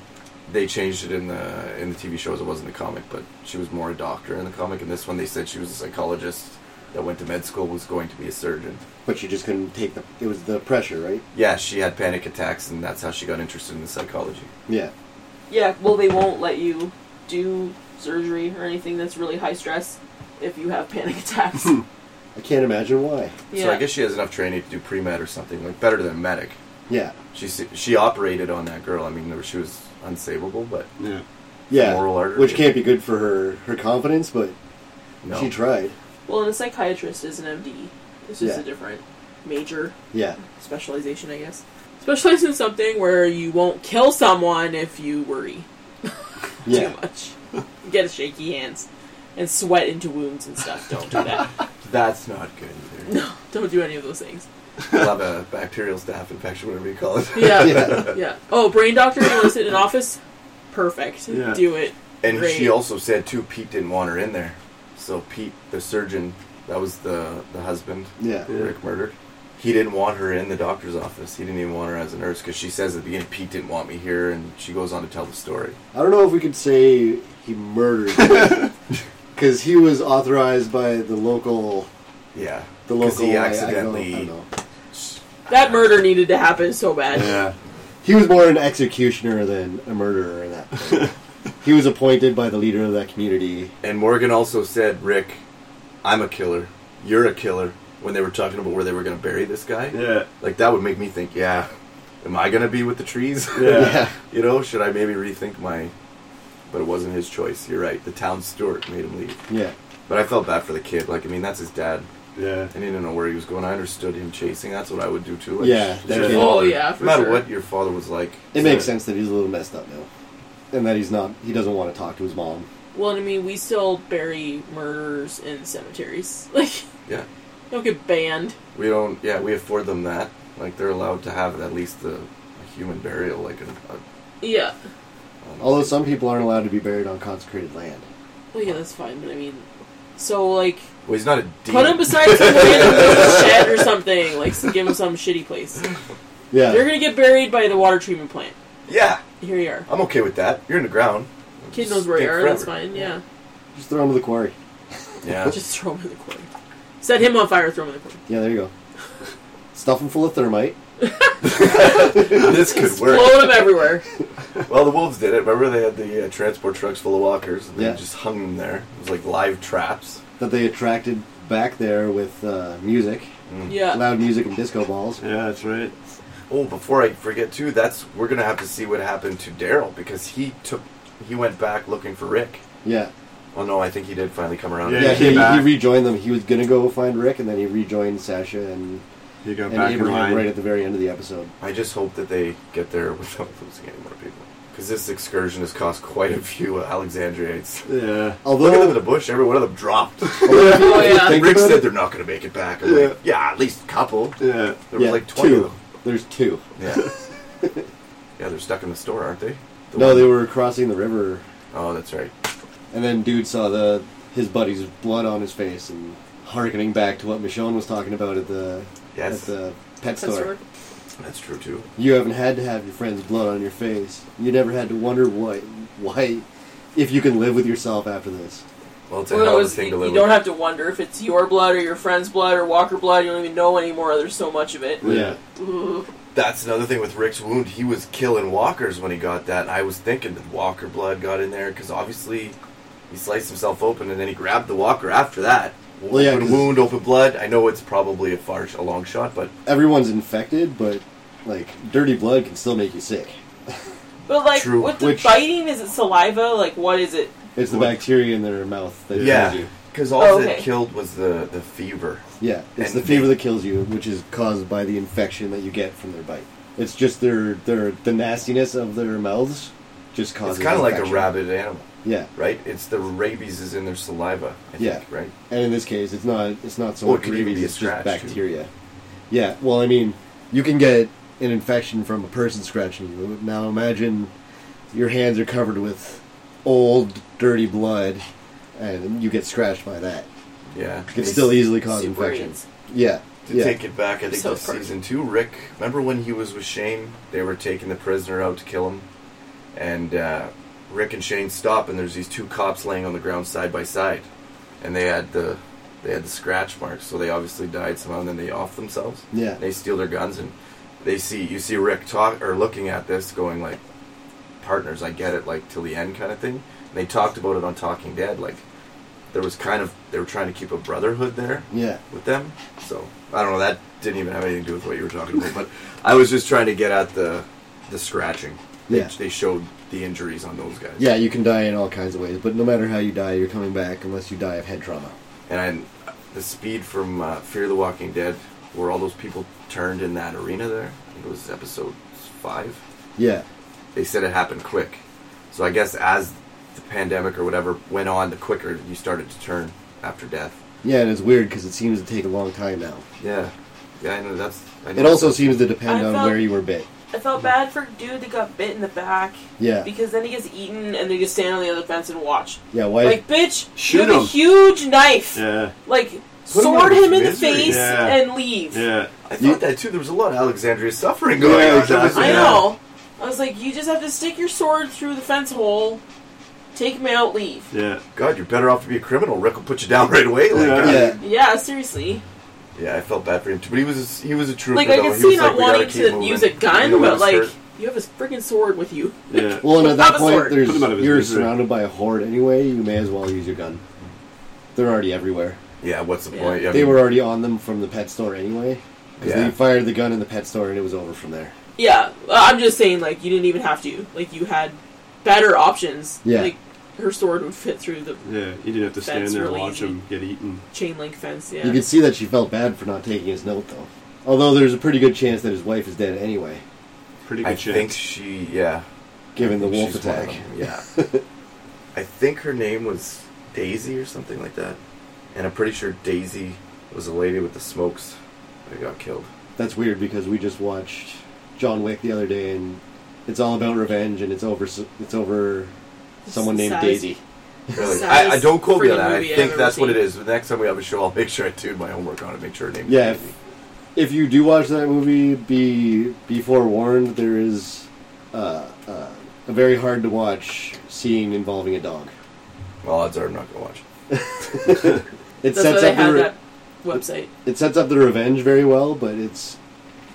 S4: they changed it in the in the TV show as it was in the comic. But she was more a doctor in the comic. And this one, they said she was a psychologist that went to med school was going to be a surgeon.
S1: But you just couldn't take the. It was the pressure, right?
S4: Yeah, she had panic attacks, and that's how she got interested in psychology.
S1: Yeah.
S2: Yeah, well, they won't let you do surgery or anything that's really high stress if you have panic attacks.
S1: Hmm. I can't imagine why.
S2: yeah.
S4: So I guess she has enough training to do pre med or something like better than a medic.
S1: Yeah.
S4: She s- she operated on that girl. I mean, there- she was unsavable, but
S3: [LAUGHS] Yeah.
S1: Yeah.
S4: Moral artery.
S1: Which can't be good for her her confidence, but
S4: no.
S1: she tried.
S2: Well, and a psychiatrist is an MD. This is
S1: Yeah.
S2: a different major
S1: Yeah.
S2: specialization, I guess. Specialize in something where you won't kill someone if you worry
S1: Yeah.
S2: too much. Get shaky hands and sweat into wounds and stuff. Don't do that.
S4: That's not good either.
S2: no, don't do any of those things.
S4: You'll have a bacterial staph infection, whatever you call it.
S2: [LAUGHS]
S1: [LAUGHS]
S2: Yeah,
S1: Yeah.
S2: yeah. Oh, brain doctor, you want to sit in an office? Perfect.
S3: Yeah.
S2: Do it.
S4: And she
S2: Great.
S4: also said too, Pete didn't want her in there. So Pete, the surgeon, that was the the husband
S1: Yeah.
S3: Yeah.
S4: Rick murdered. He didn't want her in the doctor's office. He didn't even want her as a nurse because she says at the beginning, Pete didn't want me here, and she goes on to tell the story.
S1: I don't know if we could say he murdered
S4: [LAUGHS]
S1: because he was authorized by the local
S4: Yeah,
S1: the local.
S4: he
S1: I- I don't-
S4: accidentally.
S1: I don't know.
S2: That murder needed to happen so bad.
S3: Yeah.
S1: He was more an executioner than a murderer in that. point. he was appointed by the leader of that community.
S4: And Morgan also said, Rick, I'm a killer. You're a killer. When they were talking about where they were going to bury this guy,
S3: Yeah.
S4: like that would make me think, yeah, am I going to be with the trees?
S3: Yeah.
S4: you know, should I maybe rethink my. But it wasn't his choice. You're right. The town steward made him
S1: [LAUGHS]
S4: leave.
S1: yeah, yeah.
S4: But I felt bad for the kid. Like, I mean, that's his dad.
S3: Yeah.
S4: I didn't know where he was going. I understood him chasing. That's what I would do too. Like,
S1: Yeah,
S4: sh-
S1: that
S4: your
S1: kid-
S2: Oh,
S4: father-
S2: yeah, for
S4: no matter
S2: sure.
S4: what your father was like.
S1: It makes
S4: so-
S1: sense that he's a little messed up now, and that he's not. He doesn't want to talk to his mom.
S2: Well, I mean, we still bury murders in cemeteries. [LAUGHS] Like,
S4: Yeah,
S2: don't get banned.
S4: we don't. Yeah, we afford them that. Like they're allowed to have at least a, a human burial. Like a, a
S2: Yeah.
S1: Although some people aren't allowed to be buried on consecrated land.
S2: Well, yeah, that's fine, but I mean, so, like,
S4: well, he's not a demon.
S2: put him beside some random
S4: [LAUGHS]
S2: shed or something. Like, so give him some shitty place.
S1: Yeah,
S2: You're gonna get buried by the water treatment plant.
S4: yeah,
S2: Here you are.
S4: I'm okay with that. You're in
S1: [LAUGHS]
S4: the ground.
S2: Kid
S4: Just
S2: knows where you
S4: stink
S2: are, that's
S4: forever.
S2: fine, yeah.
S1: just throw him to the quarry.
S4: Yeah,
S2: [LAUGHS] Just throw him in the corner. Set him on fire, throw him in the corner.
S1: Yeah, there you go. Stuff him full of thermite.
S4: [LAUGHS] this could work.
S2: Blow him
S4: [LAUGHS]
S2: everywhere.
S4: Well, the wolves did it. Remember, they had the uh, transport trucks full of walkers. And
S1: Yeah.
S4: They just hung them there. It was like live traps.
S1: that they attracted back there with uh, music,
S2: Yeah.
S1: loud music and disco balls.
S3: Yeah, that's right.
S4: Oh, before I forget too, that's we're gonna have to see what happened to Daryl because he took he went back looking for Rick.
S1: Yeah,
S4: Oh no, I think he did finally come around.
S3: Yeah,
S1: yeah.
S3: he came
S1: He, he
S3: back.
S1: rejoined them. He was gonna go find Rick, and then he rejoined Sasha and,
S3: He got
S1: and
S3: back in
S1: Abraham
S3: line.
S1: right at the very end of the episode.
S4: I just hope that they get there without [LAUGHS] losing any more people because this excursion has cost quite a few Alexandriates.
S3: Yeah.
S1: Although,
S4: Look at them in the bush; every one of
S1: [LAUGHS]
S4: them dropped.
S1: although if you
S2: Oh, yeah.
S1: think
S4: Rick
S1: about
S4: said
S1: it,
S4: they're not gonna make it back. I'm like, yeah, at least a couple.
S3: Yeah.
S4: There was
S1: yeah,
S4: like
S1: two.
S4: twenty of them.
S1: There's two.
S4: [LAUGHS] Yeah, yeah, they're stuck in the store, aren't they? The
S1: no,
S4: one-
S1: they were crossing the river,
S4: Oh, that's right.
S1: and then dude saw the his buddy's blood on his face, and harkening back to what Michonne was talking about at the
S4: Yes.
S1: at the pet
S2: That's
S1: store.
S2: sort.
S4: That's true too.
S1: You haven't had to have your friend's blood on your face. You never had to wonder why, why, if you can live with yourself after this.
S4: Well, it's a hell
S2: Well, it
S4: of a
S2: was-
S4: thing to
S2: you
S4: live.
S2: don't
S4: with.
S2: have to wonder if it's your blood or your friend's blood or Walker blood. You don't even know anymore. There's so much of it.
S1: Yeah.
S2: Ugh.
S4: That's another thing with Rick's wound. He was killing walkers when he got that. And I was thinking that walker blood got in there because obviously he sliced himself open and then he grabbed the walker after that.
S1: Well, yeah,
S4: open
S1: 'cause-
S4: wound, open blood. I know it's probably a far, a long shot, but
S1: Everyone's infected, but like dirty blood can still make you sick.
S2: But like
S4: True.
S2: with the
S1: Which-
S2: biting, is it saliva? Like what is it?
S1: It's the bacteria in their mouth that kills
S4: yeah,
S1: you.
S4: because all
S2: Oh,
S4: that
S2: okay.
S4: killed was the the fever.
S1: Yeah, it's
S4: And
S1: the fever
S4: they-
S1: that kills you, which is caused by the infection that you get from their bite. It's just their their the nastiness of their mouths just causes.
S4: it's kind of like a
S1: infection.
S4: rabid animal,
S1: Yeah,
S4: right? It's the rabies is in their saliva. I
S1: Yeah.
S4: think, right.
S1: and in this case, it's not it's not so
S4: Well, it
S1: much
S4: could even
S1: rabies,
S4: be a
S1: it's just
S4: scratch, too.
S1: bacteria. Yeah, well, I mean, you can get an infection from a person scratching you. Now imagine your hands are covered with old, dirty blood, and you get scratched by that.
S4: Yeah,
S1: It can
S4: They
S1: still
S4: s-
S1: easily cause
S2: Superiors.
S1: infections. Yeah,
S4: To
S1: yeah,
S4: take it back, I think
S2: So
S4: to
S2: far.
S4: season two, Rick. Remember when he was with Shane? They were taking the prisoner out to kill him, and uh, Rick and Shane stop, and there's these two cops laying on the ground side by side, and they had the they had the scratch marks, so they obviously died somehow, and then they off themselves.
S1: yeah.
S4: They steal their guns, and they see you see Rick talk or looking at this, going like, "Partners, I get it, like till the end kind of thing." And they talked about it on Talking Dead, like there was kind of they were trying to keep a brotherhood there
S1: Yeah.
S4: with them. So I don't know. That didn't even have anything to do with what you were talking about. But I was just trying to get at the the scratching. They,
S1: Yeah.
S4: they showed the injuries on those guys.
S1: Yeah, you can die in all kinds of ways, but no matter how you die, you're coming back unless you die of head trauma.
S4: And I, the speed from uh, Fear the Walking Dead, where all those people turned in that arena there. I think it was episode five.
S1: Yeah.
S4: They said it happened quick. So I guess as the pandemic or whatever went on, the quicker you started to turn after death.
S1: Yeah, and it's weird because it seems to take a long time now.
S4: Yeah. Yeah, I know that's. I know
S1: It also seems to depend
S2: I
S1: on
S2: felt-
S1: where you were bit.
S2: I felt bad for dude that got bit in the back.
S1: Yeah.
S2: Because then he gets eaten and they just stand on the other fence and watch.
S1: Yeah, why?
S2: like, bitch,
S3: Shoot
S2: you have
S3: him.
S2: a huge knife.
S3: Yeah,
S2: Like,
S4: Put him out
S2: sword
S4: of his
S2: him in the
S4: misery.
S2: face
S3: Yeah.
S2: and leave.
S3: yeah.
S4: I thought that too. There was a lot of Alexandria suffering going
S3: Yeah,
S4: on.
S3: exactly.
S2: I
S3: Yeah.
S2: know. I was like, you just have to stick your sword through the fence hole, take him out, leave.
S3: Yeah.
S4: God, you're better off to be a criminal. Rick will put you down [LAUGHS] right away. Like,
S3: Yeah.
S4: God.
S1: yeah.
S2: Yeah, seriously.
S4: Yeah, I felt bad for him too, but he was he was a trooper.
S2: Like, I
S4: though.
S2: can
S4: He
S2: see
S4: was
S2: not
S4: like, "We gotta
S2: wanting
S4: keep
S2: to
S4: moving.
S2: use a
S4: We
S2: gun,
S4: don't
S2: but
S4: wanna
S2: like,
S4: start-
S2: you have a freaking sword with you.
S3: Yeah.
S1: Well, and at that
S2: Have a
S1: point,
S2: sword.
S1: there's
S3: Put him out of his
S1: you're
S3: misery.
S1: surrounded by a horde anyway. You may as well use your gun. They're already everywhere.
S4: Yeah, what's the
S2: Yeah.
S4: point? I
S1: They
S4: mean,
S1: were already on them from the pet store anyway. Because
S4: Yeah.
S1: they fired the gun in the pet store and it was over from there.
S2: Yeah, uh, I'm just saying, like, you didn't even have to. Like, you had better options.
S1: Yeah.
S2: Like, her sword would fit through the
S3: Yeah, you didn't have to stand
S2: That's
S3: there
S2: really
S3: and watch
S2: easy.
S3: him get eaten.
S2: chain link fence, yeah.
S1: You could see that she felt bad for not taking his note, though. Although there's a pretty good chance that his wife is dead anyway,
S3: Pretty good
S4: I
S3: chance.
S4: think she, yeah,
S1: given the
S4: I
S1: wolf
S4: think she's one of
S1: attack.
S4: them, Yeah,
S1: [LAUGHS]
S4: I think her name was Daisy or something like that, and I'm pretty sure Daisy was the lady with the smokes that got killed.
S1: That's weird because we just watched John Wick the other day, and it's all about revenge, and it's over. s- It's over. Someone named
S2: Size.
S1: Daisy.
S4: Really, I,
S2: Saddest
S4: I don't quote me on
S2: freaking
S4: that. I
S2: movie I've
S4: think
S2: ever
S4: that's what it
S2: seen.
S4: is. The next time we have a show, I'll make sure I do my homework on it. Make sure her name. is
S1: Yeah,
S4: Daisy.
S1: if, if you do watch that movie, be be forewarned. There is uh, uh, a very hard to watch scene involving a dog.
S4: Well, odds are I'm not gonna watch. it.
S1: It
S2: That's why
S1: sets
S2: they
S1: up the
S2: had
S1: re-
S2: that website.
S1: it sets up the revenge very well, but it's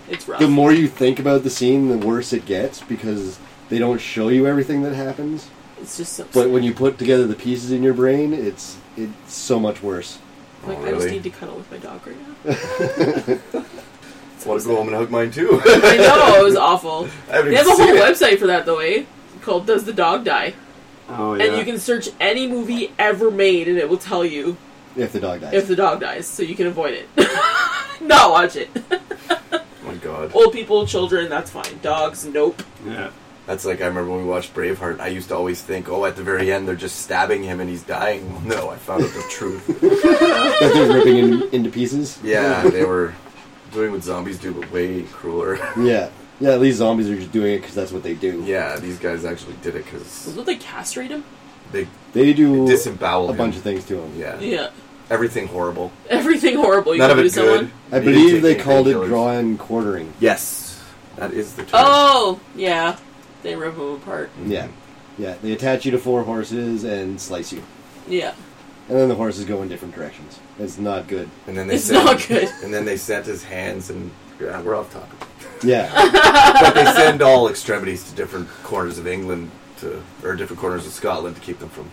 S2: It's rough.
S1: the more you think about the scene, the worse it gets because they don't show you everything that happens.
S2: it's just so
S1: But when you put together the pieces in your brain, it's it's so much worse.
S2: like,
S4: Oh,
S2: I just
S4: really?
S2: need to cuddle with my dog right
S1: [LAUGHS]
S2: now.
S4: Want to go home and hug mine too?
S1: [LAUGHS]
S2: I know, it was awful.
S4: I haven't
S2: They have a
S4: even
S2: whole
S4: seen it.
S2: website for that, though, eh? Called Does the Dog Die?
S3: Oh yeah.
S2: And you can search any movie ever made, and it will tell you
S1: If the dog dies,
S2: if the dog dies, so you can avoid it. [LAUGHS] Not watch it.
S4: Oh my god.
S2: Old people, children, that's fine. Dogs, nope.
S3: Yeah.
S4: That's like I remember when we watched Braveheart. I used to always think, oh, at the very end they're just stabbing him and he's dying. Well, no, I found out the
S1: [LAUGHS]
S4: truth.
S1: that they're ripping him into pieces.
S4: Yeah, they were doing what zombies do, but way crueler. [LAUGHS]
S1: Yeah, yeah. At least zombies are just doing it because that's what they do.
S4: yeah, these guys actually did it because
S2: Would they castrate him?
S4: they
S1: they do
S4: disemboweled
S1: a
S4: him.
S1: bunch of things to them.
S4: Yeah.
S2: Yeah.
S4: everything horrible.
S2: [LAUGHS] Everything horrible you
S4: None
S2: can
S4: of
S2: do
S4: it
S2: to
S4: good.
S2: someone.
S1: I
S4: didn't
S1: believe
S4: take
S1: they
S4: any
S1: called it
S4: painkillers.
S1: draw and quartering.
S4: Yes, that is the term.
S2: Oh, yeah. They rip him apart.
S1: Yeah, yeah. They attach you to four horses and slice you,
S2: Yeah.
S1: and then the horses go in different directions. It's not good.
S4: and then they
S2: It's
S4: sent,
S2: not good.
S4: And then they sent his hands and yeah, we're off topic.
S2: [LAUGHS]
S1: Yeah,
S4: But they send all extremities to different corners of England to or different corners of Scotland to keep them from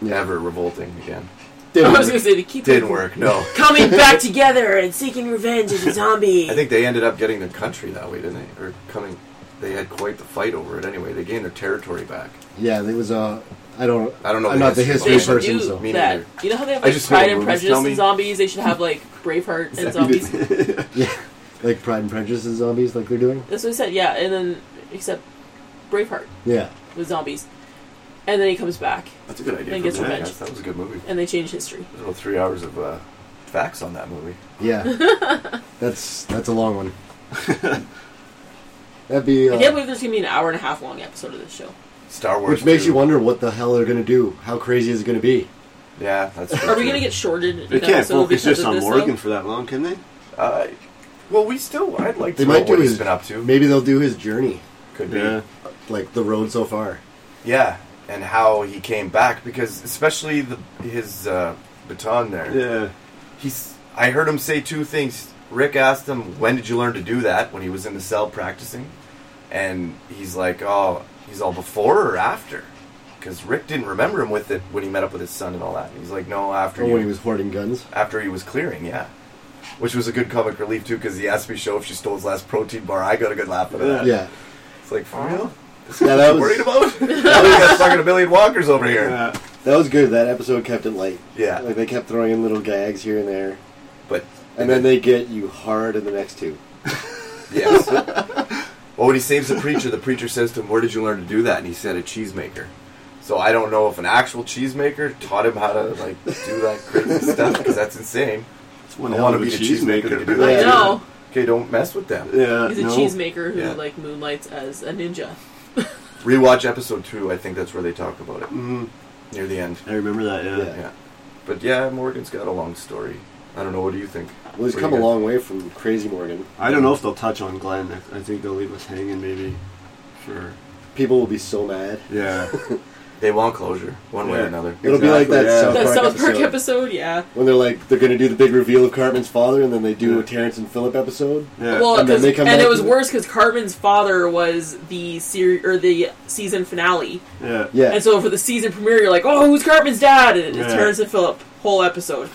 S1: yeah.
S4: ever revolting again.
S1: Didn't
S2: I was
S1: work.
S2: gonna say to keep
S4: Didn't
S1: [LAUGHS]
S2: them
S4: work. No.
S2: coming
S4: [LAUGHS]
S2: back together and seeking revenge as a zombie.
S4: I think they ended up getting their country that way, didn't they? Or coming, they had quite the fight over it anyway. They gained their territory back.
S1: Yeah, it was uh, I don't.
S4: I don't know
S1: I'm
S4: the
S1: not the
S4: history
S1: history
S2: they should
S1: person,
S2: do
S1: so
S4: Me
S2: that.
S4: neither.
S2: You know how they have
S4: I
S2: like
S4: just know
S2: Pride
S4: the
S2: and
S4: movies
S2: Prejudice
S4: tell
S2: and
S4: me.
S2: zombies? They should have like Braveheart and zombies.
S1: [LAUGHS]
S2: That's
S1: yeah, like Pride and Prejudice and zombies, like they're doing.
S2: what I said. Yeah, and then except Braveheart
S1: Yeah,
S2: with zombies, and then he comes back
S4: That's a good idea.
S2: Then
S4: for a
S2: gets
S4: podcast.
S2: revenge.
S4: That was a good movie.
S2: and they change history.
S4: There's about three hours of uh, facts on that movie.
S2: [LAUGHS]
S1: yeah. that's that's a long one. [LAUGHS] That'd be uh,
S2: I can't believe there's gonna be an hour and a half long episode of this show.
S4: Star Wars,
S1: which makes
S4: 2.
S1: you wonder what the hell they're gonna do. How crazy is it gonna be?
S4: Yeah, that's.
S2: Are we
S4: true.
S2: gonna get shorted? in
S3: They
S2: an
S3: can't
S2: episode
S3: focus
S2: because
S3: just
S2: of
S3: on
S2: this,
S3: Morgan
S2: though?
S3: for that long, can they?
S4: Uh, well, we still. I'd like
S1: They
S4: to know
S1: might do
S4: what he's
S1: his.
S4: been up to.
S1: Maybe they'll do his journey,
S4: Could be.
S3: Yeah.
S4: Yeah.
S1: like the road so far.
S4: and how he came back because especially the his uh, baton there.
S3: Yeah.
S4: He's. I heard him say two things. Rick asked him, "When did you learn to do that?" When he was in the cell practicing, and he's like, "Oh, he's all before or after?" because Rick didn't remember him with it when he met up with his son and all that. He's like, no, after
S1: Or
S4: you,
S1: Oh, when he was hoarding guns.
S4: after he was clearing, yeah. Which was a good comic relief too, because he asked me show if she stole his last protein bar. I got a good laugh out of that.
S1: Yeah.
S4: It's like for real.
S1: Yeah,
S4: [LAUGHS]
S1: that
S4: worried
S1: was
S4: about? now we got fucking a million walkers over here.
S3: Yeah.
S1: that was good. That episode kept it light.
S4: Yeah.
S1: Like they kept throwing in little gags here and there.
S4: But
S1: And then they get you hard in the next two. [LAUGHS]
S4: yes. well, when he saves the preacher, the preacher says to him, "Where did you learn to do that?" And he said, "A cheesemaker." So I don't know if an actual cheesemaker taught him how to like do that
S1: [LAUGHS]
S4: crazy stuff because that's insane.
S3: It's one
S4: I
S3: hell
S4: wanna
S3: of a
S4: be the cheesemaker to
S3: cheesemaker.
S4: do
S2: I
S1: Yeah.
S2: know.
S4: Okay, don't mess with them.
S1: Uh,
S3: Yeah,
S2: He's a
S3: no.
S2: cheesemaker who
S4: Yeah.
S2: like moonlights as a ninja.
S4: Rewatch episode two. I think that's where they talk about it
S3: Mhm.
S4: near the end.
S3: I remember that. Yeah.
S1: Yeah.
S4: Yeah, but yeah, Morgan's got a long story. I don't know. What do you think?
S1: Well, he's
S4: Pretty
S1: come
S4: good.
S1: a long way from Crazy Morgan.
S3: I don't know if they'll touch on Glenn. I, I think they'll leave us hanging, maybe. For
S1: People will be so mad.
S2: [LAUGHS]
S3: yeah,
S4: They want closure, one way or
S3: Yeah.
S4: another.
S1: It'll be like that
S3: Exactly, yeah.
S1: South,
S2: That
S1: Park,
S2: South Park
S1: episode,
S2: episode, yeah.
S1: when they're like they're gonna do the big reveal of Cartman's father, and then they do
S3: Yeah.
S1: a Terrence and Phillip episode.
S3: yeah.
S2: Well,
S1: And then
S2: 'cause-
S1: they come
S2: and
S1: back
S2: it was
S1: to-
S2: worse because Cartman's father was the ser- or the season finale,
S3: yeah,
S1: Yeah,
S2: and so for the season premiere, you're like, "Oh, who's Cartman's dad?" And it's
S3: Yeah.
S2: Terrence and Phillip. Whole episode,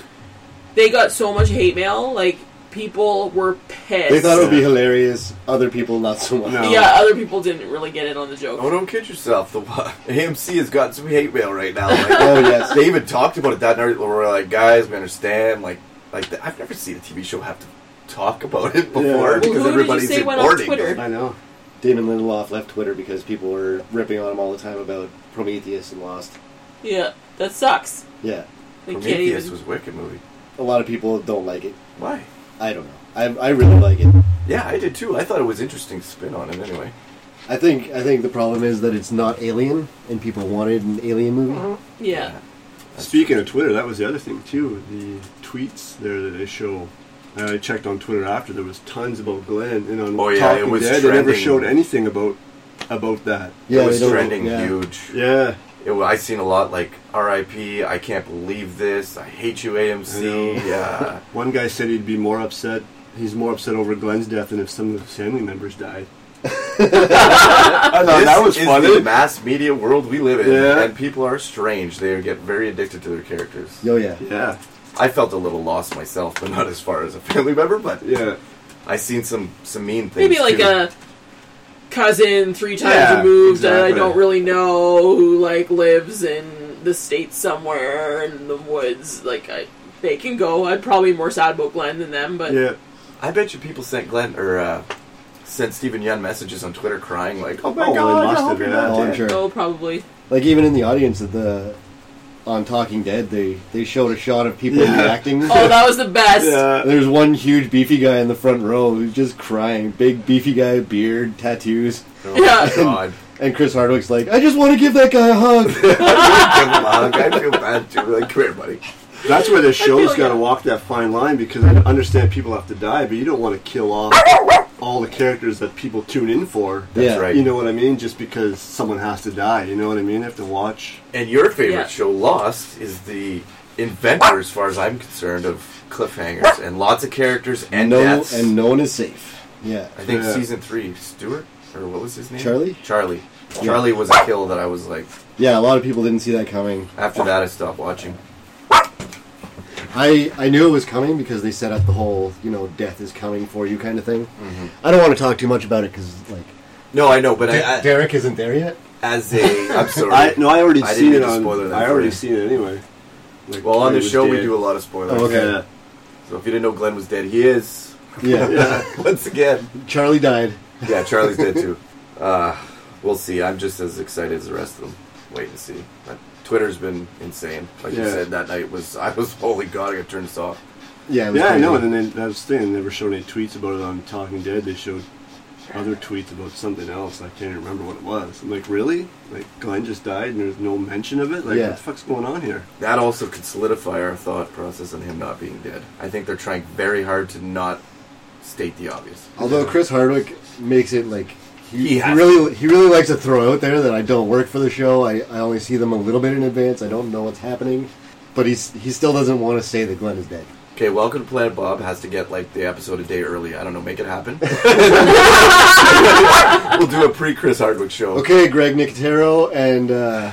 S2: they got so much hate mail. Like people were pissed.
S1: they thought it would be hilarious. Other people not so much.
S3: No.
S2: yeah, other people didn't really get in on the joke.
S4: Oh, don't kid yourself. The [LAUGHS] AMC has got some hate mail
S1: [LAUGHS]
S4: right now. Like,
S1: Oh yes,
S4: they even talked about it that night. where We're like, guys, we understand. Like, like the, I've never seen a TV show have to talk about it before
S3: Yeah. Well,
S4: because
S2: who did you
S4: everybody's
S2: say
S4: in
S2: went on
S4: mourning.
S2: Twitter?
S3: I know.
S1: Damon Lindelof left Twitter because people were ripping on him all the time about Prometheus and Lost.
S2: Yeah, that sucks.
S1: Yeah,
S2: They can't
S4: Prometheus
S2: even.
S4: was a wicked movie.
S1: a lot of people don't like it.
S4: Why?
S1: I don't know. I, I really like it.
S4: Yeah, I did too. I thought it was interesting spin on it anyway.
S1: I think I think the problem is that it's not Alien, and people wanted an Alien movie.
S2: Mm-hmm. yeah,
S3: Speaking of Twitter, that was the other thing too. The tweets there that they show. Uh, I checked on Twitter after there was tons about Glenn and on
S4: Oh, yeah,
S3: Talking
S4: it was
S3: Dead. They never
S4: trending.
S3: showed anything about about that.
S1: Yeah,
S4: it was
S1: they don't-
S4: trending
S1: yeah.
S4: huge.
S3: Yeah,
S4: It, wa- I seen a lot like R.I.P. I can't believe this. I hate you, AMC.
S3: I know. [LAUGHS]
S4: Yeah,
S3: one guy said he'd be more upset. He's more upset over Glenn's death than if some of his family members
S1: [LAUGHS]
S3: died. I thought
S4: This
S3: that was
S4: is
S3: funny.
S4: the mass media world we live in,
S3: Yeah.
S4: and people are strange. They get very addicted to their characters.
S1: Oh yeah,
S3: yeah,
S4: I felt a little lost myself, but not as far as a family member. But
S3: yeah.
S4: I seen some some mean things.
S2: maybe like uh,
S4: too.
S2: a cousin three times
S3: Yeah,
S2: removed that I
S3: exactly.
S2: don't really know who like lives in the states somewhere in the woods. Like I, they can go. I'd probably be more sad about Glenn than them, but
S3: Yeah.
S4: I bet you people sent Glenn or uh, sent Stephen Young messages on Twitter crying like, "Oh my
S3: Oh, they
S4: god,
S3: must
S4: I hope
S3: have,
S4: you're
S3: yeah.
S4: not
S1: Oh, I'm
S4: dead."
S1: sure.
S2: oh, probably.
S1: Like even in the audience at the on Talking Dead, they they showed a shot of people
S3: Yeah. [LAUGHS]
S1: reacting.
S2: Oh, that was the best.
S3: Yeah.
S1: There's one huge beefy guy in the front row who's just crying. Big beefy guy, beard, tattoos,
S4: Oh
S2: Yeah.
S4: my god,
S1: and Chris Hardwick's like, I just want to give that guy a
S4: [LAUGHS]
S1: hug.
S4: I give him a hug. I feel bad too. Like, come here, buddy.
S3: That's where the show's
S2: feel
S3: got to
S2: ya.
S3: walk that fine line because I understand people have to die, but you don't want to kill off all the characters that people tune in for.
S4: That's
S1: Yeah.
S4: right.
S3: You know what I mean? Just because someone has to die, you know what I mean? They have to watch.
S4: And your favorite
S2: Yeah.
S4: show, Lost, is the inventor, as far as I'm concerned, of cliffhangers and lots of characters and
S1: no,
S4: deaths.
S1: and no one is safe. Yeah,
S4: I think
S3: Yeah.
S4: season three, Stuart or what was his name?
S1: Charlie?
S4: Charlie. Charlie was a kill that I was like.
S1: yeah. A lot of people didn't see that coming.
S4: After that, I stopped watching.
S1: I I knew it was coming because they set up the whole you know death is coming for you kind of thing. I don't want to talk too much about it because like
S4: No, I know, Mm-hmm. but I,
S1: De-
S4: I
S1: Derek isn't there
S4: [LAUGHS]
S1: yet.
S4: as a
S3: [LAUGHS]
S4: I'm sorry.
S3: I no, I already
S4: I didn't
S3: seen
S4: mean
S3: it
S4: to
S3: on.
S4: spoil that
S3: I
S4: for
S3: already
S4: you.
S3: seen it anyway. Like,
S4: well, on
S3: Glenn
S4: the
S3: was
S4: show we
S3: dead.
S4: do a lot of spoilers.
S1: Oh, okay.
S3: Yeah.
S4: So if you didn't know Glenn was dead, he is [LAUGHS]
S1: Yeah,
S4: once again.
S1: Charlie died.
S4: Yeah, Charlie's dead too.
S3: [LAUGHS]
S4: Uh, we'll see. I'm just as excited as the rest of them. Wait and see. But Twitter's been insane. Like you
S3: Yeah.
S4: said, that night was I was [LAUGHS] holy god. I got turned this off.
S1: Yeah, it was
S3: Yeah, I
S1: crazy.
S3: know. And then they, that was the thing. They never showed any tweets about it on Talking Dead. They showed other tweets about something else. I can't even remember what it was. I'm like, really? Like Glenn just died, and there's no mention of it. Like,
S1: Yeah.
S3: what the fuck's going on here?
S4: That also could solidify our thought process on him not being dead. I think they're trying very hard to not state the obvious.
S1: Although Chris Hardwick makes it like
S4: He
S1: he, he
S4: has-
S1: really he really likes to throw out there that I don't work for the show. I, I only see them a little bit in advance. I don't know what's happening, but he's he still doesn't want to say that Glenn is dead.
S4: Okay, Welcome to Planet Bob has to get like the episode a day early. I don't know, make it
S3: [LAUGHS]
S4: happen. [LAUGHS] we'll do a pre Chris Hardwick show.
S1: Okay, Greg Nicotero and uh,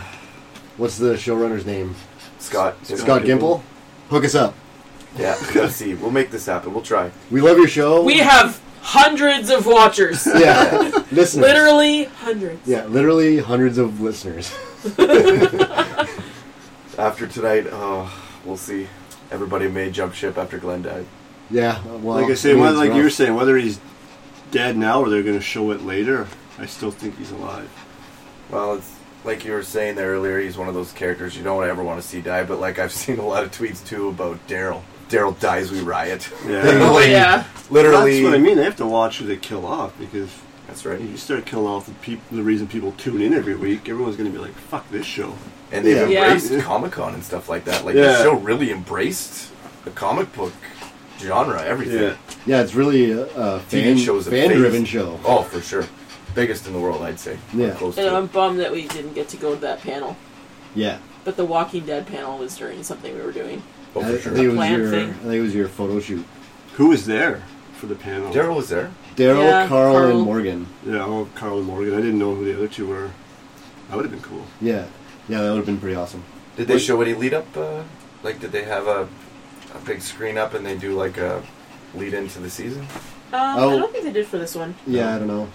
S1: What's the showrunner's name?
S4: Scott.
S3: Scott.
S1: Scott Gimple. Hook us up.
S4: Yeah, let's see. We'll make this happen. We'll try.
S1: We love your show.
S2: We have hundreds of
S3: [LAUGHS]
S1: [LAUGHS]
S2: watchers.
S1: yeah, listeners.
S2: Literally hundreds.
S1: Yeah, literally hundreds of listeners. [LAUGHS]
S4: After tonight, oh, we'll see. Everybody may jump ship after Glenn died.
S1: Yeah, well,
S3: Like I say, whether,
S1: it's
S3: like
S1: rough.
S3: you were saying, whether he's dead now or they're going to show it later, I still think he's alive.
S4: Well, it's like you were saying there earlier. He's one of those characters you don't ever want to see die. But like I've [LAUGHS] seen a lot of tweets too about Daryl. Daryl dies, we riot. [LAUGHS]
S3: Yeah.
S2: Oh, yeah.
S4: Literally.
S3: That's what I mean. They have to watch who they kill off because
S4: That's
S3: if
S4: right.
S3: you start killing off the people, the reason people tune in every week, everyone's going to be like, "Fuck this show."
S4: And they've
S2: Yeah.
S4: embraced
S3: Yeah.
S4: Comic Con and stuff like that. Like
S3: Yeah.
S4: the show really embraced the comic book genre, everything.
S1: Yeah, it's really a, a
S4: TV
S1: fan,
S4: shows, the
S1: fan-driven
S4: biggest-
S1: show.
S4: Oh, for sure, biggest in the world, I'd say. Or
S1: Yeah.
S4: close
S2: And
S4: to
S2: I'm
S4: it.
S2: bummed that we didn't get to go to that panel.
S1: Yeah,
S2: But the Walking Dead panel was during something we were doing.
S4: Oh,
S1: I, I
S4: for
S1: think it
S4: sure.
S1: was
S2: Plan
S1: your,
S2: thing.
S1: I think it was your photo shoot.
S3: Who was there for the panel?
S4: Daryl was there.
S1: Daryl,
S2: Yeah,
S1: Carl,
S2: Carl.
S1: and Morgan.
S3: Yeah, oh, Carl and Morgan. I didn't know who the other two were. That would have been cool.
S1: Yeah, yeah, that would have been pretty awesome.
S4: Did they
S1: Wait.
S4: show any lead up? Uh, like, did they have a, a big screen up and they do like a lead into the season?
S2: Um, I
S1: Oh.
S2: don't think they did for this one.
S1: Yeah, I don't know.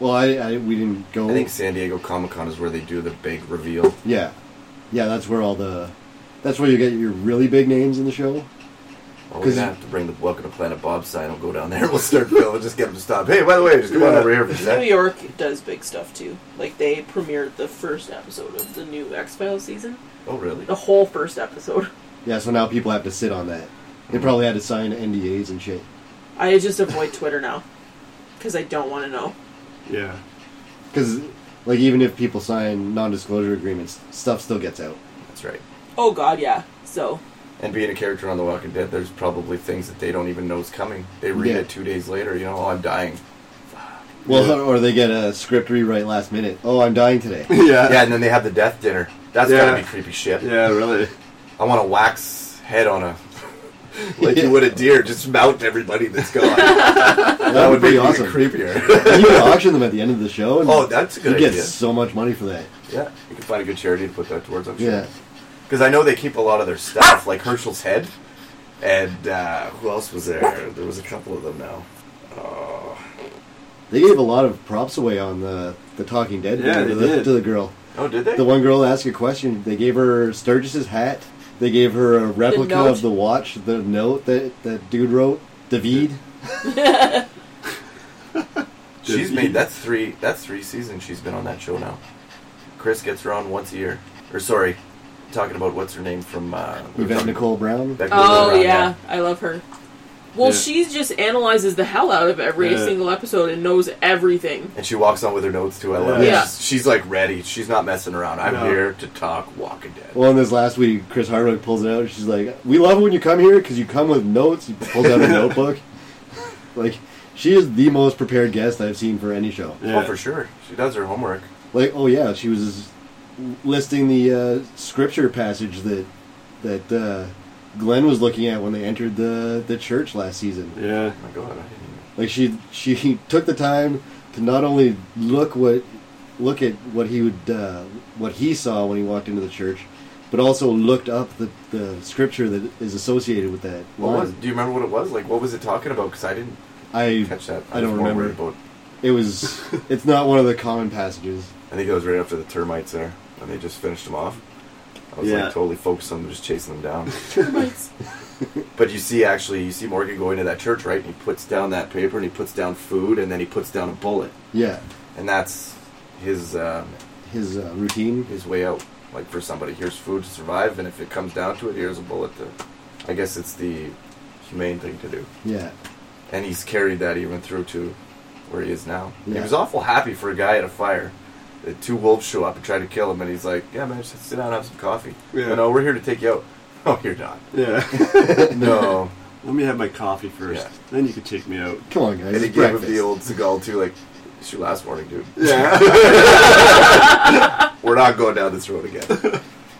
S1: Well, I, I we didn't go.
S4: I think San Diego Comic Con is where they do the big reveal.
S1: yeah, yeah, that's where all the, that's where you get your really big names in the show.
S4: Oh, we're
S1: 'Cause-
S4: gonna have to bring the Welcome to Planet Bob sign. I'll go down there. [LAUGHS] We'll start Bill. We'll just get him to stop. Hey, by the way, just come on
S3: Yeah.
S4: over here for a
S2: New
S4: sec.
S2: York does big stuff too. Like they premiered the first episode of the new X Files season.
S4: Oh, really?
S2: The whole first episode.
S1: Yeah, so now people have to sit on that. They probably had to sign NDAs and shit.
S2: I just avoid Twitter now because I don't want to know.
S3: Yeah, [LAUGHS]
S1: Because, like, even if people sign non-disclosure agreements, stuff still gets out.
S4: That's right.
S2: Oh God, yeah. So
S4: And being a character on The Walking Dead, there's probably things that they don't even know is coming. They read
S1: Yeah.
S4: it two days later, you know, oh, I'm dying.
S1: Well,
S3: Yeah.
S1: or they get a script rewrite last minute. Oh, I'm dying
S3: [LAUGHS]
S1: today.
S3: yeah,
S4: yeah, and then they have the death dinner. That's
S3: Yeah.
S4: gotta be creepy shit.
S3: yeah. Really.
S4: I want a wax head on a. [LAUGHS] like
S1: Yeah.
S4: you would a deer, just mount everybody that's gone.
S1: [LAUGHS]
S4: that
S1: That would
S4: would
S1: be
S4: be
S1: awesome. [LAUGHS]
S4: creepier.
S1: And you can auction them at the end of the show. And
S4: oh, that's a
S1: you
S4: good
S1: get
S4: idea.
S1: so much money for that.
S4: Yeah, you can find a good charity to put that towards, I'm sure.
S1: Yeah,
S4: Because I know they keep a lot of their stuff, like Herschel's head. And uh, who else was there? There was a couple of them now. Uh,
S1: they gave a lot of props away on the the Talking Dead.
S3: Yeah,
S1: video to,
S3: they
S1: the,
S3: did.
S1: to the girl.
S4: oh, did they?
S1: The one girl asked a question. They gave her Sturgis's hat. They gave her a replica
S2: note.
S1: of the watch. The note that that dude wrote, David.
S4: She's
S3: Did-
S4: made that's three that's three seasons she's been on that show now. Chris gets her on once a year. Or sorry, talking about what's her name from uh we were
S1: Yvette
S4: talking-
S1: Nicole Brown.
S4: Becky
S2: Oh
S4: Lynn Brown,
S2: yeah, I love her. Well,
S3: Yeah.
S2: she just analyzes the hell out of every
S3: Yeah.
S2: single episode and knows everything. [LAUGHS]
S4: And she walks on with her notes too. I love it.
S3: Yeah.
S4: She's, she's like ready. She's not messing around. I'm
S3: No.
S4: here to talk Walking Dead.
S1: Well, in this last week, Chris Hardwick pulls it out. She's like, "We love it when you come here because you come with notes." He pulls
S4: [LAUGHS]
S1: out a notebook. Like, she is the most prepared guest I've seen for any show.
S3: Yeah.
S4: Oh, for sure. She does her homework.
S1: Like, oh yeah, she was listing the uh, scripture passage that that uh, Glenn was looking at when they entered the the church last season.
S3: Yeah.
S4: Oh my god, I didn't even
S1: Like, she she [LAUGHS] took the time to not only look what look at what he would uh, what he saw when he walked into the church. But also looked up the, the scripture that is associated with that.
S4: what was
S1: line.
S4: do you remember what it was? Like what was it talking about? Because I didn't
S1: I
S4: catch that.
S1: I
S4: was
S1: don't
S4: more
S1: remember.
S4: worried About,
S1: [LAUGHS] It was. it's not one of the common passages.
S4: I think it was right after the termites there, and they just finished them off. I was
S3: Yeah.
S4: like totally focused on them, just chasing
S1: [LAUGHS]
S4: them down.
S2: Termites.
S4: But you see, actually, you see Morgan go into that church, right? And he puts down that paper, and he puts down food, and then he puts down a bullet,
S1: Yeah,
S4: and that's his um,
S1: his uh, routine.
S4: his way out. Like for somebody, here's food to survive, and if it comes down to it, here's a bullet. To, I guess it's the humane thing to do,
S1: Yeah,
S4: and he's carried that even through to where he is now. He
S1: Yeah.
S4: was awful happy for a guy at a fire. The two wolves show up and try to kill him, and he's like, "Yeah, man, just sit down, and have some coffee.
S3: Yeah.
S4: No, no, we're here to take you out. [LAUGHS] Oh, you're not.
S3: Yeah. [LAUGHS]
S4: no."
S3: Let me have my coffee first.
S4: Yeah.
S3: Then you can take me out.
S1: come on, guys.
S4: And he
S1: it's
S4: gave
S1: breakfast.
S4: him the old Seagal too, like, it's your last warning, dude.
S3: Yeah.
S4: We're not going down this road
S1: [LAUGHS]
S4: again.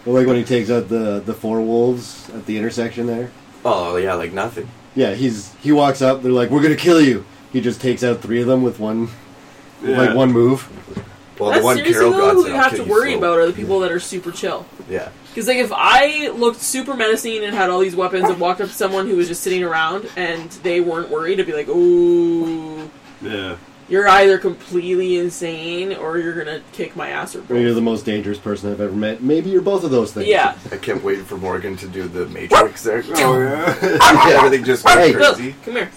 S1: Well, like when he takes out the the four wolves at the intersection there.
S4: oh yeah, like nothing.
S1: Yeah, he's he walks up. They're like, "We're gonna kill you." He just takes out three of them with one,
S3: [LAUGHS] yeah.
S1: like one move.
S4: Well,
S2: That's
S4: the one
S2: seriously
S4: Carol
S2: though,
S4: got
S2: who you have to worry about are the people that are super chill.
S4: Yeah,
S2: Because like if I looked super menacing and had all these weapons and walked up to someone who was just sitting around and they weren't worried, I'd be like, "Ooh,
S3: Yeah.
S2: you're either completely insane or you're gonna kick my ass or
S1: Or you're
S2: both."
S1: the most dangerous person I've ever met. Maybe you're both of those things.
S2: Yeah,
S4: I kept waiting for Morgan to do the Matrix there.
S3: Oh [LAUGHS] yeah.
S4: yeah, everything just went
S1: Hey.
S2: Bill,
S4: crazy.
S2: come here.